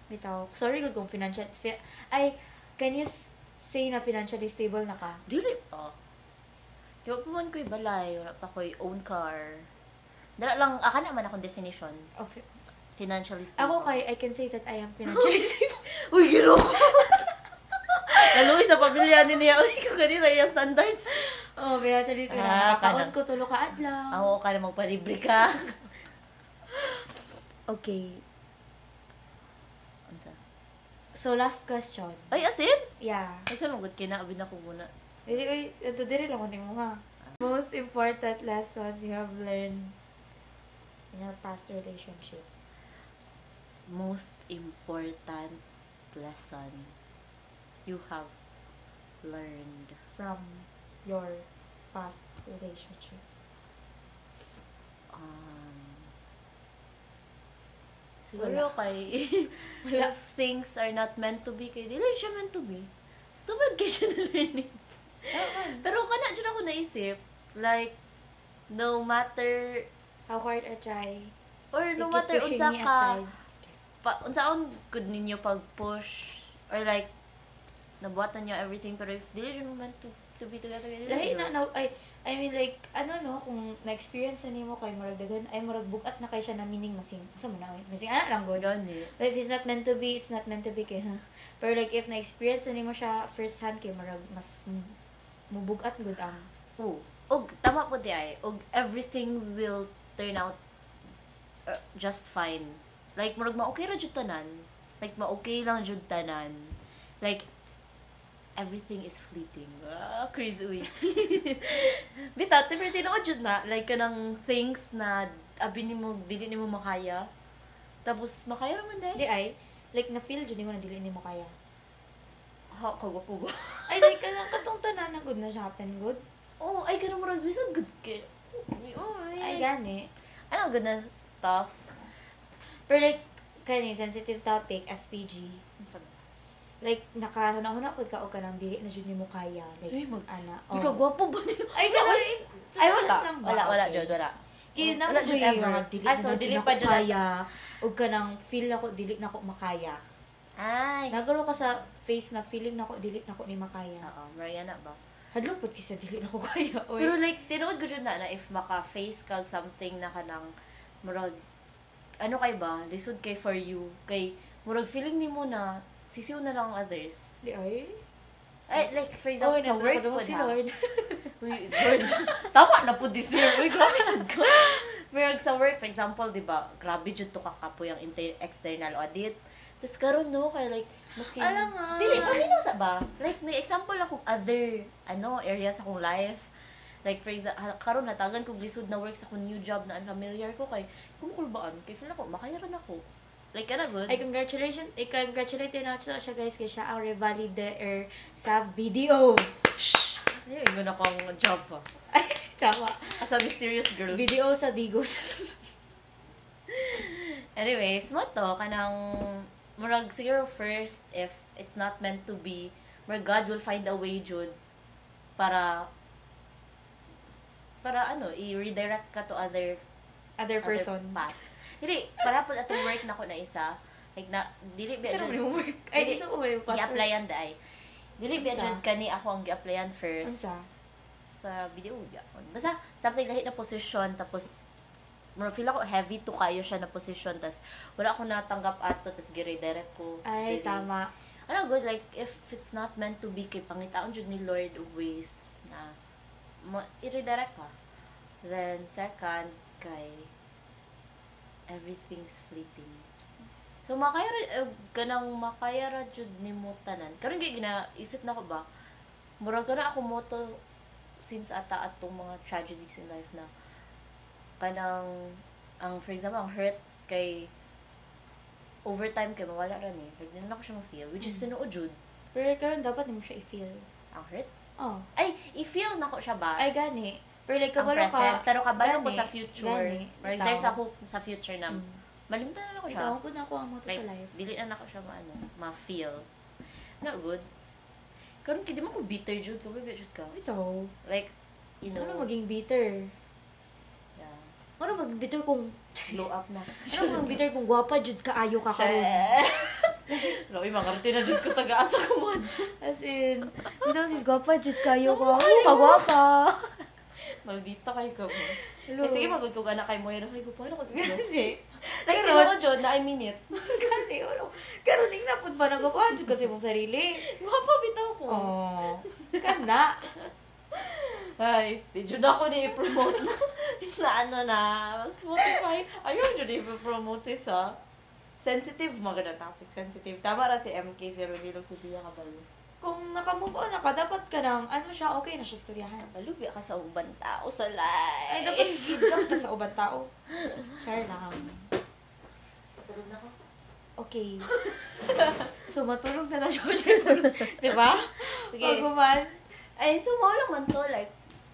[SPEAKER 2] Bitaw. Sorry gud kung financial fi- ay can you s- say na financially stable na ka?
[SPEAKER 1] Dili pa. Di pa man ko'y balay, wala pa ko'y own car. Dala lang, aka naman akong definition.
[SPEAKER 2] Of,
[SPEAKER 1] Financially stable.
[SPEAKER 2] ako kay I can say that I am financially stable.
[SPEAKER 1] Uy, gilo ko! Naluwi sa pamilya ni niya. Uy, ko kanina yung standards.
[SPEAKER 2] Oh, may actually tira.
[SPEAKER 1] Ah,
[SPEAKER 2] Kakaon
[SPEAKER 1] kanan.
[SPEAKER 2] ko tulo ka adlaw.
[SPEAKER 1] Ako ka na magpalibre ka.
[SPEAKER 2] Okay.
[SPEAKER 1] Unsa?
[SPEAKER 2] So, last question.
[SPEAKER 1] Ay, as in?
[SPEAKER 2] Yeah.
[SPEAKER 1] Ay, ka magod kinaabi na ko muna.
[SPEAKER 2] Dili oy, ito diri lang ni mo ha. Most important lesson you have learned in your past relationship.
[SPEAKER 1] Most important lesson you have learned.
[SPEAKER 2] from your past relationship?
[SPEAKER 1] Um, siguro kay
[SPEAKER 2] Wala.
[SPEAKER 1] if things are not meant to be kay dili siya meant to be. Stupid kay siya na learning. Pero kana dyan ako naisip like no matter
[SPEAKER 2] How hard I try.
[SPEAKER 1] or
[SPEAKER 2] they
[SPEAKER 1] no
[SPEAKER 2] keep
[SPEAKER 1] matter
[SPEAKER 2] pushing
[SPEAKER 1] unsa
[SPEAKER 2] me
[SPEAKER 1] ka
[SPEAKER 2] aside.
[SPEAKER 1] pa, unsaon good ninyo pag push or like nabuhatan niyo everything pero if dili siya meant to, to be together dili
[SPEAKER 2] Lahi
[SPEAKER 1] siya.
[SPEAKER 2] na, na, ay, I mean like, ano no, kung na-experience na nimo kay Maragdagan, ay Maragbugat na kay siya na meaning masing. Sa mo na, oy? masing anak lang god.
[SPEAKER 1] Gani.
[SPEAKER 2] But if it's not meant to be, it's not meant to be kay ha. Pero like, if na-experience na nimo siya first hand kay Marag, mas mu- mubugat good ang.
[SPEAKER 1] Oo. Og tama po di ay. Og everything will turn out uh, just fine. Like murag ma okay ra jud tanan. Like ma okay lang jud tanan. Like everything is fleeting. Ah, Chris uy. Bitaw, pero tinuod jud na like kanang things na abi nimo dili nimo makaya. Tapos makaya ra man
[SPEAKER 2] Di
[SPEAKER 1] dai.
[SPEAKER 2] ay, like na-feel jud nimo na dili nimo kaya.
[SPEAKER 1] Ha, kago po ba?
[SPEAKER 2] Ay, like, kanang katong tanan na good na siya happen good.
[SPEAKER 1] oh, ay kanang murag bisag good kay. Oh,
[SPEAKER 2] Ay,
[SPEAKER 1] ay,
[SPEAKER 2] gani.
[SPEAKER 1] ano good na stuff.
[SPEAKER 2] Pero like, kani, sensitive topic, SPG. Like, nakahuna-huna po ka o ka ng dili na jud nimo kaya. Like,
[SPEAKER 1] Ay, mag-
[SPEAKER 2] ana.
[SPEAKER 1] Oh. Ikaw, gwapo ba niyo?
[SPEAKER 2] Ay, wala.
[SPEAKER 1] Ay, wala.
[SPEAKER 2] lang ba?
[SPEAKER 1] Wala, wala,
[SPEAKER 2] Okay.
[SPEAKER 1] Jod, wala.
[SPEAKER 2] Kaya na
[SPEAKER 1] Wala
[SPEAKER 2] wala
[SPEAKER 1] jud ever.
[SPEAKER 2] dili
[SPEAKER 1] Ah,
[SPEAKER 2] na
[SPEAKER 1] so,
[SPEAKER 2] jud
[SPEAKER 1] dili
[SPEAKER 2] ako
[SPEAKER 1] pa jud-
[SPEAKER 2] kaya. O ka ng feel na ko, dili na ko makaya.
[SPEAKER 1] Ay.
[SPEAKER 2] Nagaro ka sa face na feeling na ko, dili na ko ni makaya.
[SPEAKER 1] Oo, Mariana ba?
[SPEAKER 2] Hadlok po kisa dili na ko kaya. Oy.
[SPEAKER 1] Ah. Pero like, tinuod ko dyan na, na if maka-face kag something na kanang murag, ano kay ba, lisod kay for you, kay murag feeling ni mo na, sisiw na lang ang others.
[SPEAKER 2] di ay.
[SPEAKER 1] Ay, like, for example,
[SPEAKER 2] Oy,
[SPEAKER 1] sa work
[SPEAKER 2] nagdakadawag
[SPEAKER 1] po
[SPEAKER 2] si
[SPEAKER 1] na.
[SPEAKER 2] Lord.
[SPEAKER 1] Uy, Lord. Tama na po this year. Uy, grabe sad ko. Murag sa work, for example, di ba, grabe jud to kakapoy ang inter- external audit. Tapos karon no, kay like, maski...
[SPEAKER 2] Ala nga.
[SPEAKER 1] Dili, paminaw sa ba? Like, may example akong other, ano, areas sa akong life. Like, for example, karon natagan kong lisod na work sa akong new job na unfamiliar ko kay, kumukulbaan, kay feel ako, makayaran ako. Like, kana good?
[SPEAKER 2] Ay, congratulations. Ay, congratulate na ako siya guys kasi siya ang revalidator sa BDO.
[SPEAKER 1] Shhh! Ay, ingon ako ang job pa.
[SPEAKER 2] Ay, tama.
[SPEAKER 1] As a mysterious girl.
[SPEAKER 2] BDO sa Digos.
[SPEAKER 1] Anyways, mo to, kanang, murag siguro first, if it's not meant to be, murag God will find a way, Jude, para, para ano, i-redirect ka to other,
[SPEAKER 2] Other person.
[SPEAKER 1] other paths. Dili, para po atong work na ko na isa, like na, dili ba,
[SPEAKER 2] Sino mo
[SPEAKER 1] Jude,
[SPEAKER 2] yung work? Ay,
[SPEAKER 1] Dili.
[SPEAKER 2] isa ko ba yung pastor?
[SPEAKER 1] gi-applyan daay. Dili ba,
[SPEAKER 2] Unsa?
[SPEAKER 1] Jude, kani ako ang gi-applyan first.
[SPEAKER 2] Unsa?
[SPEAKER 1] Sa video, ya. Basta, something lahi na position, tapos, mura feel ako heavy to kayo siya na position, tas wala akong natanggap ato, tas gi-redirect ko.
[SPEAKER 2] Ay,
[SPEAKER 1] Dili.
[SPEAKER 2] tama.
[SPEAKER 1] Ano good, like, if it's not meant to be, kay pangitaon jud ni Lord og ways na mo, i-redirect ka. Then, second, kay everything's fleeting. So, makaya ra, uh, ganang makaya ra jud ni mo tanan. Karon kay ginaisip na ko ba, mura ka na ako moto since ata atong mga tragedies in life na kanang ang for example ang hurt kay overtime kay mawala ra ni like dili na ko siya ma-feel which is tinuod jud
[SPEAKER 2] Pero like, karon dapat hindi mo siya i-feel.
[SPEAKER 1] ang hurt
[SPEAKER 2] Oh.
[SPEAKER 1] ay i-feel na ko siya ba
[SPEAKER 2] Ay, gani. Pero like,
[SPEAKER 1] ang
[SPEAKER 2] kabalo
[SPEAKER 1] present
[SPEAKER 2] ka.
[SPEAKER 1] pero kabalo ko
[SPEAKER 2] gani,
[SPEAKER 1] sa future
[SPEAKER 2] Gani.
[SPEAKER 1] like
[SPEAKER 2] Ikaw.
[SPEAKER 1] there's a hope sa future na
[SPEAKER 2] Mm.
[SPEAKER 1] malimutan na lang ko siya
[SPEAKER 2] Ikaw, po na ako ang moto
[SPEAKER 1] like
[SPEAKER 2] sa life.
[SPEAKER 1] dili na na ko siya maano ma-feel not good karon kay di man ko bitter jud ko bitter jud ka
[SPEAKER 2] Ito.
[SPEAKER 1] like you know
[SPEAKER 2] Ano maging bitter?
[SPEAKER 1] yeah.
[SPEAKER 2] Ano maging bitter kung...
[SPEAKER 1] blow up na
[SPEAKER 2] Ano maging bitter kung gwapa, jud ka, ayaw ka karon.
[SPEAKER 1] Lawi, mga karte na dyan ko taga-asa ko mo.
[SPEAKER 2] As in, bitaw sis, gwapa, jud ka, ayaw ka.
[SPEAKER 1] Ang
[SPEAKER 2] Oo,
[SPEAKER 1] mali mo.
[SPEAKER 2] kagwapa.
[SPEAKER 1] Maldita kayo ka mo.
[SPEAKER 2] Hello.
[SPEAKER 1] Eh, sige, magod ko anak kay Moira. Ay, paano ko sa'yo?
[SPEAKER 2] Hindi.
[SPEAKER 1] Like,
[SPEAKER 2] Karon-
[SPEAKER 1] tinuro dyan na I mean it.
[SPEAKER 2] Gani, ano? Karon, ning napod ba na gwapa, jud kasi mong sarili.
[SPEAKER 1] Oh. Mapabitaw ko.
[SPEAKER 2] Oo. Kana.
[SPEAKER 3] Ay, di jud ako ni promote na, na ano na, Spotify. Ayaw jud i-promote sis ha. Sensitive mga na topic, sensitive. Tama ra si MK, si Rodilog, si Pia Kabalo.
[SPEAKER 2] Kung nakamove on na ka, dapat ka nang, ano siya, okay na siya storyahan.
[SPEAKER 1] Malubi ka sa ubang tao sa life.
[SPEAKER 2] Ay, dapat feedback ka sa ubang tao. Share lang.
[SPEAKER 1] Tulog na ako.
[SPEAKER 2] Okay. so, matulog na lang siya kung siya tulog. Di ba?
[SPEAKER 1] Sige.
[SPEAKER 2] Pagkuman.
[SPEAKER 1] Ay, so mo lang man to, like,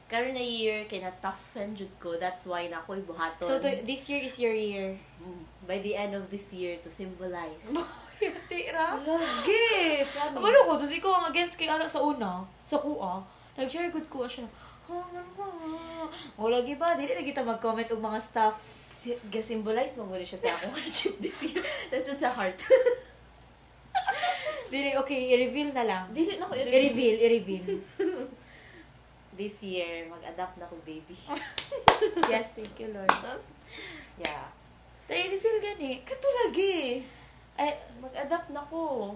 [SPEAKER 1] karon na year, kaya na tough and jud ko, that's why na ako'y buhaton.
[SPEAKER 2] So, to- this year is your year.
[SPEAKER 1] Mm, by the end of this year, to symbolize.
[SPEAKER 2] Yati, ra.
[SPEAKER 1] Lagi!
[SPEAKER 2] Ano ko, tapos ikaw ang against kay anak sa una, sa kuha, nag-share good ko siya. Wala gi ba? Dili na kita mag-comment og mga stuff.
[SPEAKER 1] Si- Ga-symbolize mo muna siya sa akong hardship this year. That's just sa heart.
[SPEAKER 2] Dili, okay, i-reveal na lang.
[SPEAKER 1] Dili na ko i-reveal.
[SPEAKER 2] I-reveal, i-reveal.
[SPEAKER 1] This year, mag-adapt na ko, baby.
[SPEAKER 2] yes, thank you, Lord.
[SPEAKER 1] Yeah.
[SPEAKER 2] Tayo i-reveal gani.
[SPEAKER 1] Katulagi! Ay, Eh, mag-adapt na ko.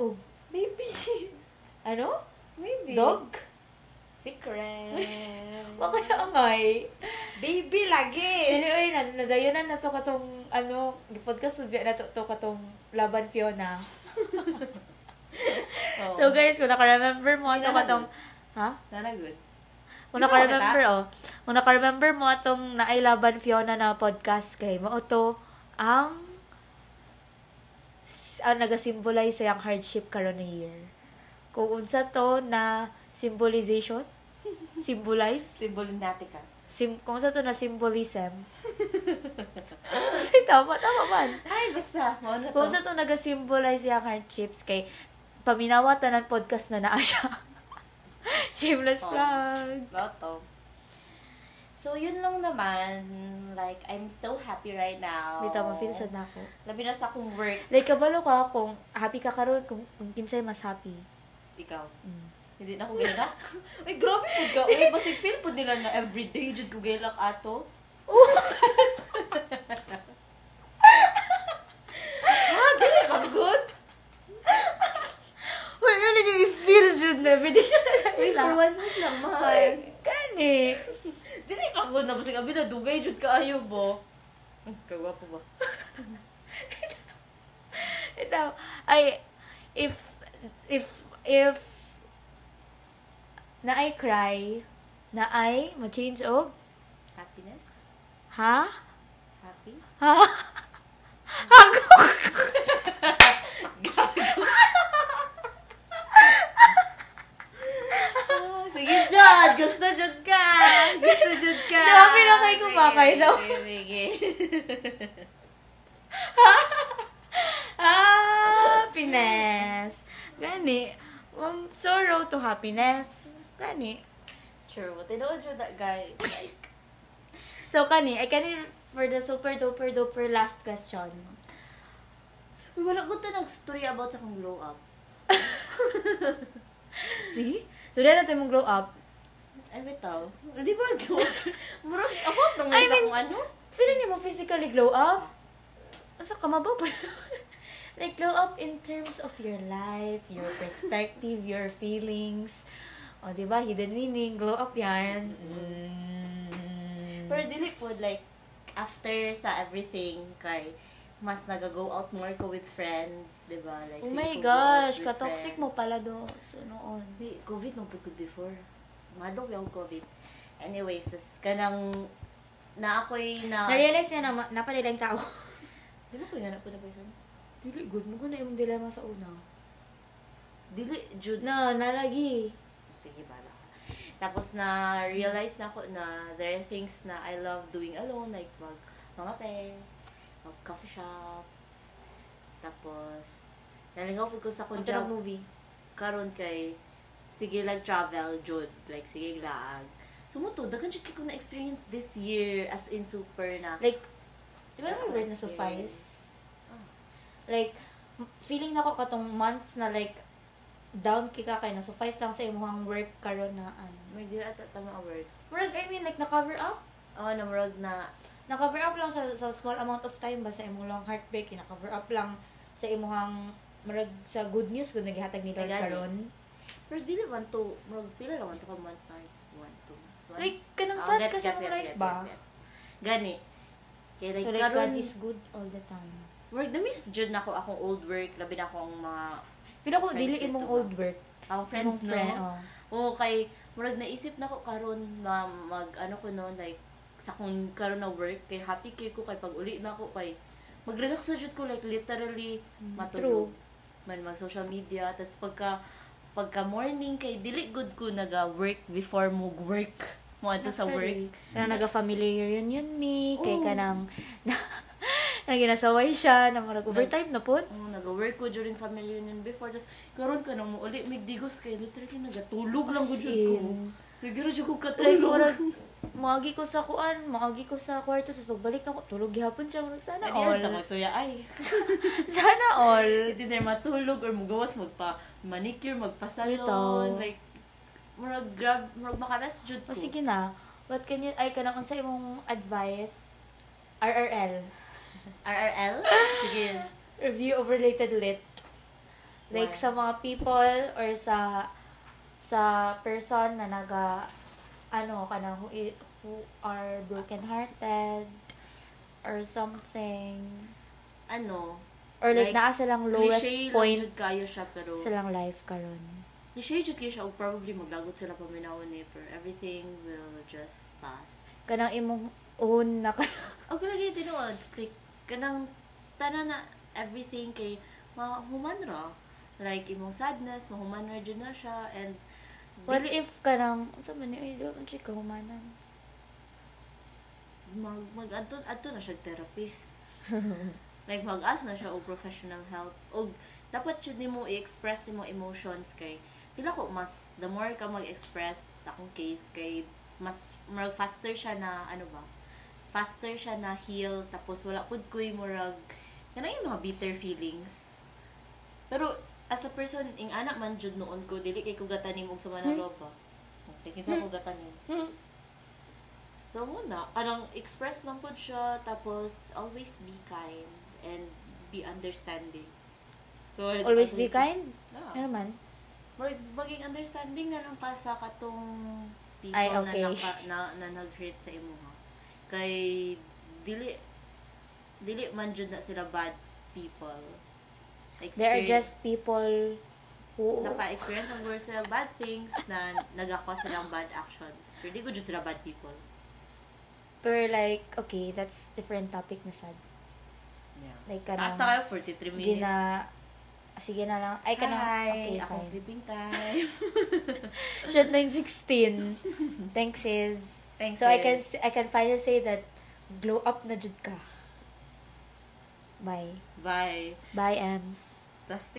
[SPEAKER 2] Og,
[SPEAKER 1] Maybe.
[SPEAKER 2] ano?
[SPEAKER 1] Maybe.
[SPEAKER 2] Dog?
[SPEAKER 1] Secret.
[SPEAKER 2] Mga angay.
[SPEAKER 3] Baby lagi!
[SPEAKER 2] Dili, oy, na- nadayonan na to katong, ano, podcast mo na to, to katong Laban Fiona.
[SPEAKER 1] oh.
[SPEAKER 2] So guys, kung naka-remember mo, to
[SPEAKER 1] Kailangan
[SPEAKER 2] katong, ha?
[SPEAKER 1] Nara good.
[SPEAKER 2] Kung
[SPEAKER 1] Gusto mo
[SPEAKER 2] naka-remember, oh. Kung naka-remember mo atong Nailaban Fiona na podcast kay mo to ang s- ang nagasimbolize sa yung hardship karon ni year. Kung unsa to na symbolization, symbolize,
[SPEAKER 1] Symbol natin ka.
[SPEAKER 2] sim, kung unsa to na symbolism. Kasi tama, tama man.
[SPEAKER 1] Ay, basta. Mauna
[SPEAKER 2] Kung unsa to nagasimbolize yung hardships kay paminawa tanan podcast na naa siya. Shameless
[SPEAKER 1] Oh.
[SPEAKER 2] plug.
[SPEAKER 1] Boto. So, yun lang naman. Like, I'm so happy right now.
[SPEAKER 2] Bitaw, ma-feel sad na ako.
[SPEAKER 1] Labi na sa akong work.
[SPEAKER 2] Like, kabalo ka kung happy ka karon kung, kung kinsay mas happy.
[SPEAKER 1] Ikaw. Hindi na ako gailak. Ay, grabe po ka. Uy, basig feel po nila na everyday jud ko gailak ato. ha, Ah, dili ka good?
[SPEAKER 2] Uy, ano yung i-feel, Jude, na everyday siya
[SPEAKER 1] Uy, for one week lang, mahal.
[SPEAKER 2] Kani.
[SPEAKER 1] Dili ka good na basig abi na dugay jud ka ayo bo. Ang kagwapo ba?
[SPEAKER 2] Ito, ay, if, if, if, na I cry, na I ma-change og,
[SPEAKER 1] Happiness?
[SPEAKER 2] ha?
[SPEAKER 1] Happy?
[SPEAKER 2] Ha? Hagok!
[SPEAKER 1] Ah, Sige, Jod! Gusto, Jod ka! Gusto, Jod ka!
[SPEAKER 2] Grabe na kayo kumakay sa-
[SPEAKER 1] Sige, sige.
[SPEAKER 2] happiness. Gani. From sorrow to happiness. Gani.
[SPEAKER 1] True. Tinood yun that, guys. Like,
[SPEAKER 2] So, kani, ay kani for the super duper duper last question.
[SPEAKER 1] uy, wala ko ito nag-story about sa kong glow up.
[SPEAKER 2] See? So, dahil natin mong grow up,
[SPEAKER 1] Ay, bitaw. Di ba, glow up? Murag, ako itong
[SPEAKER 2] I
[SPEAKER 1] sa
[SPEAKER 2] mean-
[SPEAKER 1] kung ano?
[SPEAKER 2] feeling niyo mo physically glow up? Asa ka mabaw pa? like, glow up in terms of your life, your perspective, your feelings. O, di ba? Hidden meaning, glow up yan.
[SPEAKER 1] Pero dili po, like, after sa everything, kay, mas nag-go out more ko with friends, di ba? Like,
[SPEAKER 2] Oh
[SPEAKER 1] sige
[SPEAKER 2] my
[SPEAKER 1] ko go out
[SPEAKER 2] gosh,
[SPEAKER 1] with
[SPEAKER 2] katoxic
[SPEAKER 1] friends.
[SPEAKER 2] mo pala do. So, noon.
[SPEAKER 1] Di, COVID mo po good before. Madog yung COVID. Anyways, tas kanang na ako'y na...
[SPEAKER 2] Na-realize niya na ma- napalila yung tao.
[SPEAKER 1] Di ba ko yung anak ko na person?
[SPEAKER 2] Dili, good mo ko na yung dilemma sa una.
[SPEAKER 1] Dili, Jude.
[SPEAKER 2] No, nalagi.
[SPEAKER 1] Sige, bala ka. Tapos na realize na ako na there are things na I love doing alone. Like mag mga pe, mag coffee shop. Tapos, nalingaw po ko sa
[SPEAKER 2] Ang
[SPEAKER 1] kong
[SPEAKER 2] tanong
[SPEAKER 1] job.
[SPEAKER 2] movie.
[SPEAKER 1] karon kay sige lang travel jud like sige lang sumuto daghan jud ko na experience this year as in super na
[SPEAKER 2] Like, di ba naman word na suffice?
[SPEAKER 1] "Ah,
[SPEAKER 2] Like, m- feeling na ko katong months na like, down kika kay na suffice lang sa imuhang work karon na ano.
[SPEAKER 1] may dira ata tama ang word
[SPEAKER 2] Murag, I mean, like, na-cover up.
[SPEAKER 1] oh namrod na
[SPEAKER 2] Na-cover up lang sa, sa small amount of time ba sa imuhang heartbreak, na-cover up lang sa imuhang murag sa good news kung naghihatag ni Lord
[SPEAKER 1] Nagani.
[SPEAKER 2] karon.
[SPEAKER 1] Pero dili man to, murag pila lang man to ka months na. One, two months. One,
[SPEAKER 2] Like, kanang
[SPEAKER 1] Oh,
[SPEAKER 2] sad
[SPEAKER 1] gets,
[SPEAKER 2] kasi
[SPEAKER 1] gets,
[SPEAKER 2] ang
[SPEAKER 1] gets,
[SPEAKER 2] life
[SPEAKER 1] gets,
[SPEAKER 2] ba?
[SPEAKER 1] gets, gets. Gani. Kaya like,
[SPEAKER 4] So, like,
[SPEAKER 1] karon,
[SPEAKER 4] God is good all the time.
[SPEAKER 1] work the miss jud na ako akong old work, labi na akong mga
[SPEAKER 2] Feel ko,
[SPEAKER 1] Friends
[SPEAKER 2] dili
[SPEAKER 1] dito
[SPEAKER 2] imong
[SPEAKER 1] ba?
[SPEAKER 2] old work.
[SPEAKER 1] akong friends
[SPEAKER 2] Imong
[SPEAKER 1] no.
[SPEAKER 2] friend,
[SPEAKER 1] Oo,
[SPEAKER 2] oh.
[SPEAKER 1] kay murag naisip na ko karon na mag ano ko no like sa akong karon na work kay happy kay ko kay pag uli na ako kay mag-relax na jud ko like literally matulog.
[SPEAKER 2] Mm, True.
[SPEAKER 1] Man mag social media tas pagka pagka morning kay dili good ko naga work before mo work mo ato sa work.
[SPEAKER 2] Actually, Kanang naga-family reunion ni, kay
[SPEAKER 1] Oo.
[SPEAKER 2] kanang naginasaway siya, na marag overtime na po.
[SPEAKER 1] Oh, nag-work ko during family reunion before. Tapos, karon ka nang uli, may digos kay literally nagatulog lang gud
[SPEAKER 2] As
[SPEAKER 1] jud ko.
[SPEAKER 2] in.
[SPEAKER 1] Siguro jud ko
[SPEAKER 2] Like,
[SPEAKER 1] katulog.
[SPEAKER 2] marag, maagi ko sa kuan, maagi ko sa kwarto, tapos pagbalik na ko, tulog gihapon siya, marag, sana
[SPEAKER 1] Ano yun,
[SPEAKER 2] all.
[SPEAKER 1] tamag suya, ay.
[SPEAKER 2] Sana all.
[SPEAKER 1] Is either matulog or mugawas, magpa manicure, magpasalon.
[SPEAKER 2] Litaw.
[SPEAKER 1] Like, murag grab, murag makaras jud
[SPEAKER 2] O
[SPEAKER 1] ko.
[SPEAKER 2] sige na, what can you, ay, kanang unsa imong advice? RRL.
[SPEAKER 1] RRL? Sige.
[SPEAKER 2] Review of related lit. Like,
[SPEAKER 1] Why?
[SPEAKER 2] sa mga people, or sa, sa person na naga, ano, kanang who, i- who are broken-hearted, or something.
[SPEAKER 1] Ano?
[SPEAKER 2] Or like,
[SPEAKER 1] Like,
[SPEAKER 2] naa silang lowest
[SPEAKER 1] Cliche lang
[SPEAKER 2] point
[SPEAKER 1] jud kayo siya, pero...
[SPEAKER 2] silang life karon.
[SPEAKER 1] Cliche jud kayo siya, o probably maglagot sila paminawon eh, pero everything will just pass.
[SPEAKER 2] Kanang imong own na ka
[SPEAKER 1] Ako lagi tinuod, like, kanang tanan na everything kay mahuman ra. Like, imong sadness, mahuman ra dyan na siya, and
[SPEAKER 2] What if kanang unsa man ni ay do man siya kahumanan.
[SPEAKER 1] mag, mag adto adto na siya therapist. like, mag-ask na siya og professional help. Og, dapat yun nimo i-express mo emotions kay pila ko mas the more ka mag-express sa akong case kay mas murag faster siya na ano ba faster siya na heal tapos wala pud koy murag kanang yung mga bitter feelings pero as a person ing anak man jud noon ko dili kay kugatan nimo sa manaloba hmm. kay kinsa kugatan nimo So, muna, parang express lang po siya, tapos always be kind and be understanding. Towards
[SPEAKER 2] Always
[SPEAKER 1] other
[SPEAKER 2] be
[SPEAKER 1] people.
[SPEAKER 2] kind. Ano
[SPEAKER 1] Yeah.
[SPEAKER 2] man?
[SPEAKER 1] Mag- maging understanding na lang ka sa katong people
[SPEAKER 2] Ay, okay.
[SPEAKER 1] na, naka, na, na nag-hurt sa imo ha. Kay, dili, dili man jud na sila bad people.
[SPEAKER 2] There are
[SPEAKER 1] Experience-
[SPEAKER 2] just people who
[SPEAKER 1] naka-experience ang worst sila bad things na nag-cause silang bad actions. Pero di ko jud sila bad people.
[SPEAKER 2] were like okay, that's different topic na sad.
[SPEAKER 1] Yeah.
[SPEAKER 2] Like kanang
[SPEAKER 1] Taas na kayo, 43 minutes.
[SPEAKER 2] gina sige na lang. Ay kanang okay.
[SPEAKER 1] akong
[SPEAKER 2] fine.
[SPEAKER 1] sleeping time.
[SPEAKER 2] Shit 916. Thanks is.
[SPEAKER 1] Thanks,
[SPEAKER 2] so I can
[SPEAKER 1] sis.
[SPEAKER 2] I can finally say that glow up na jud ka. Bye.
[SPEAKER 1] Bye.
[SPEAKER 2] Bye, Ems.
[SPEAKER 1] Plus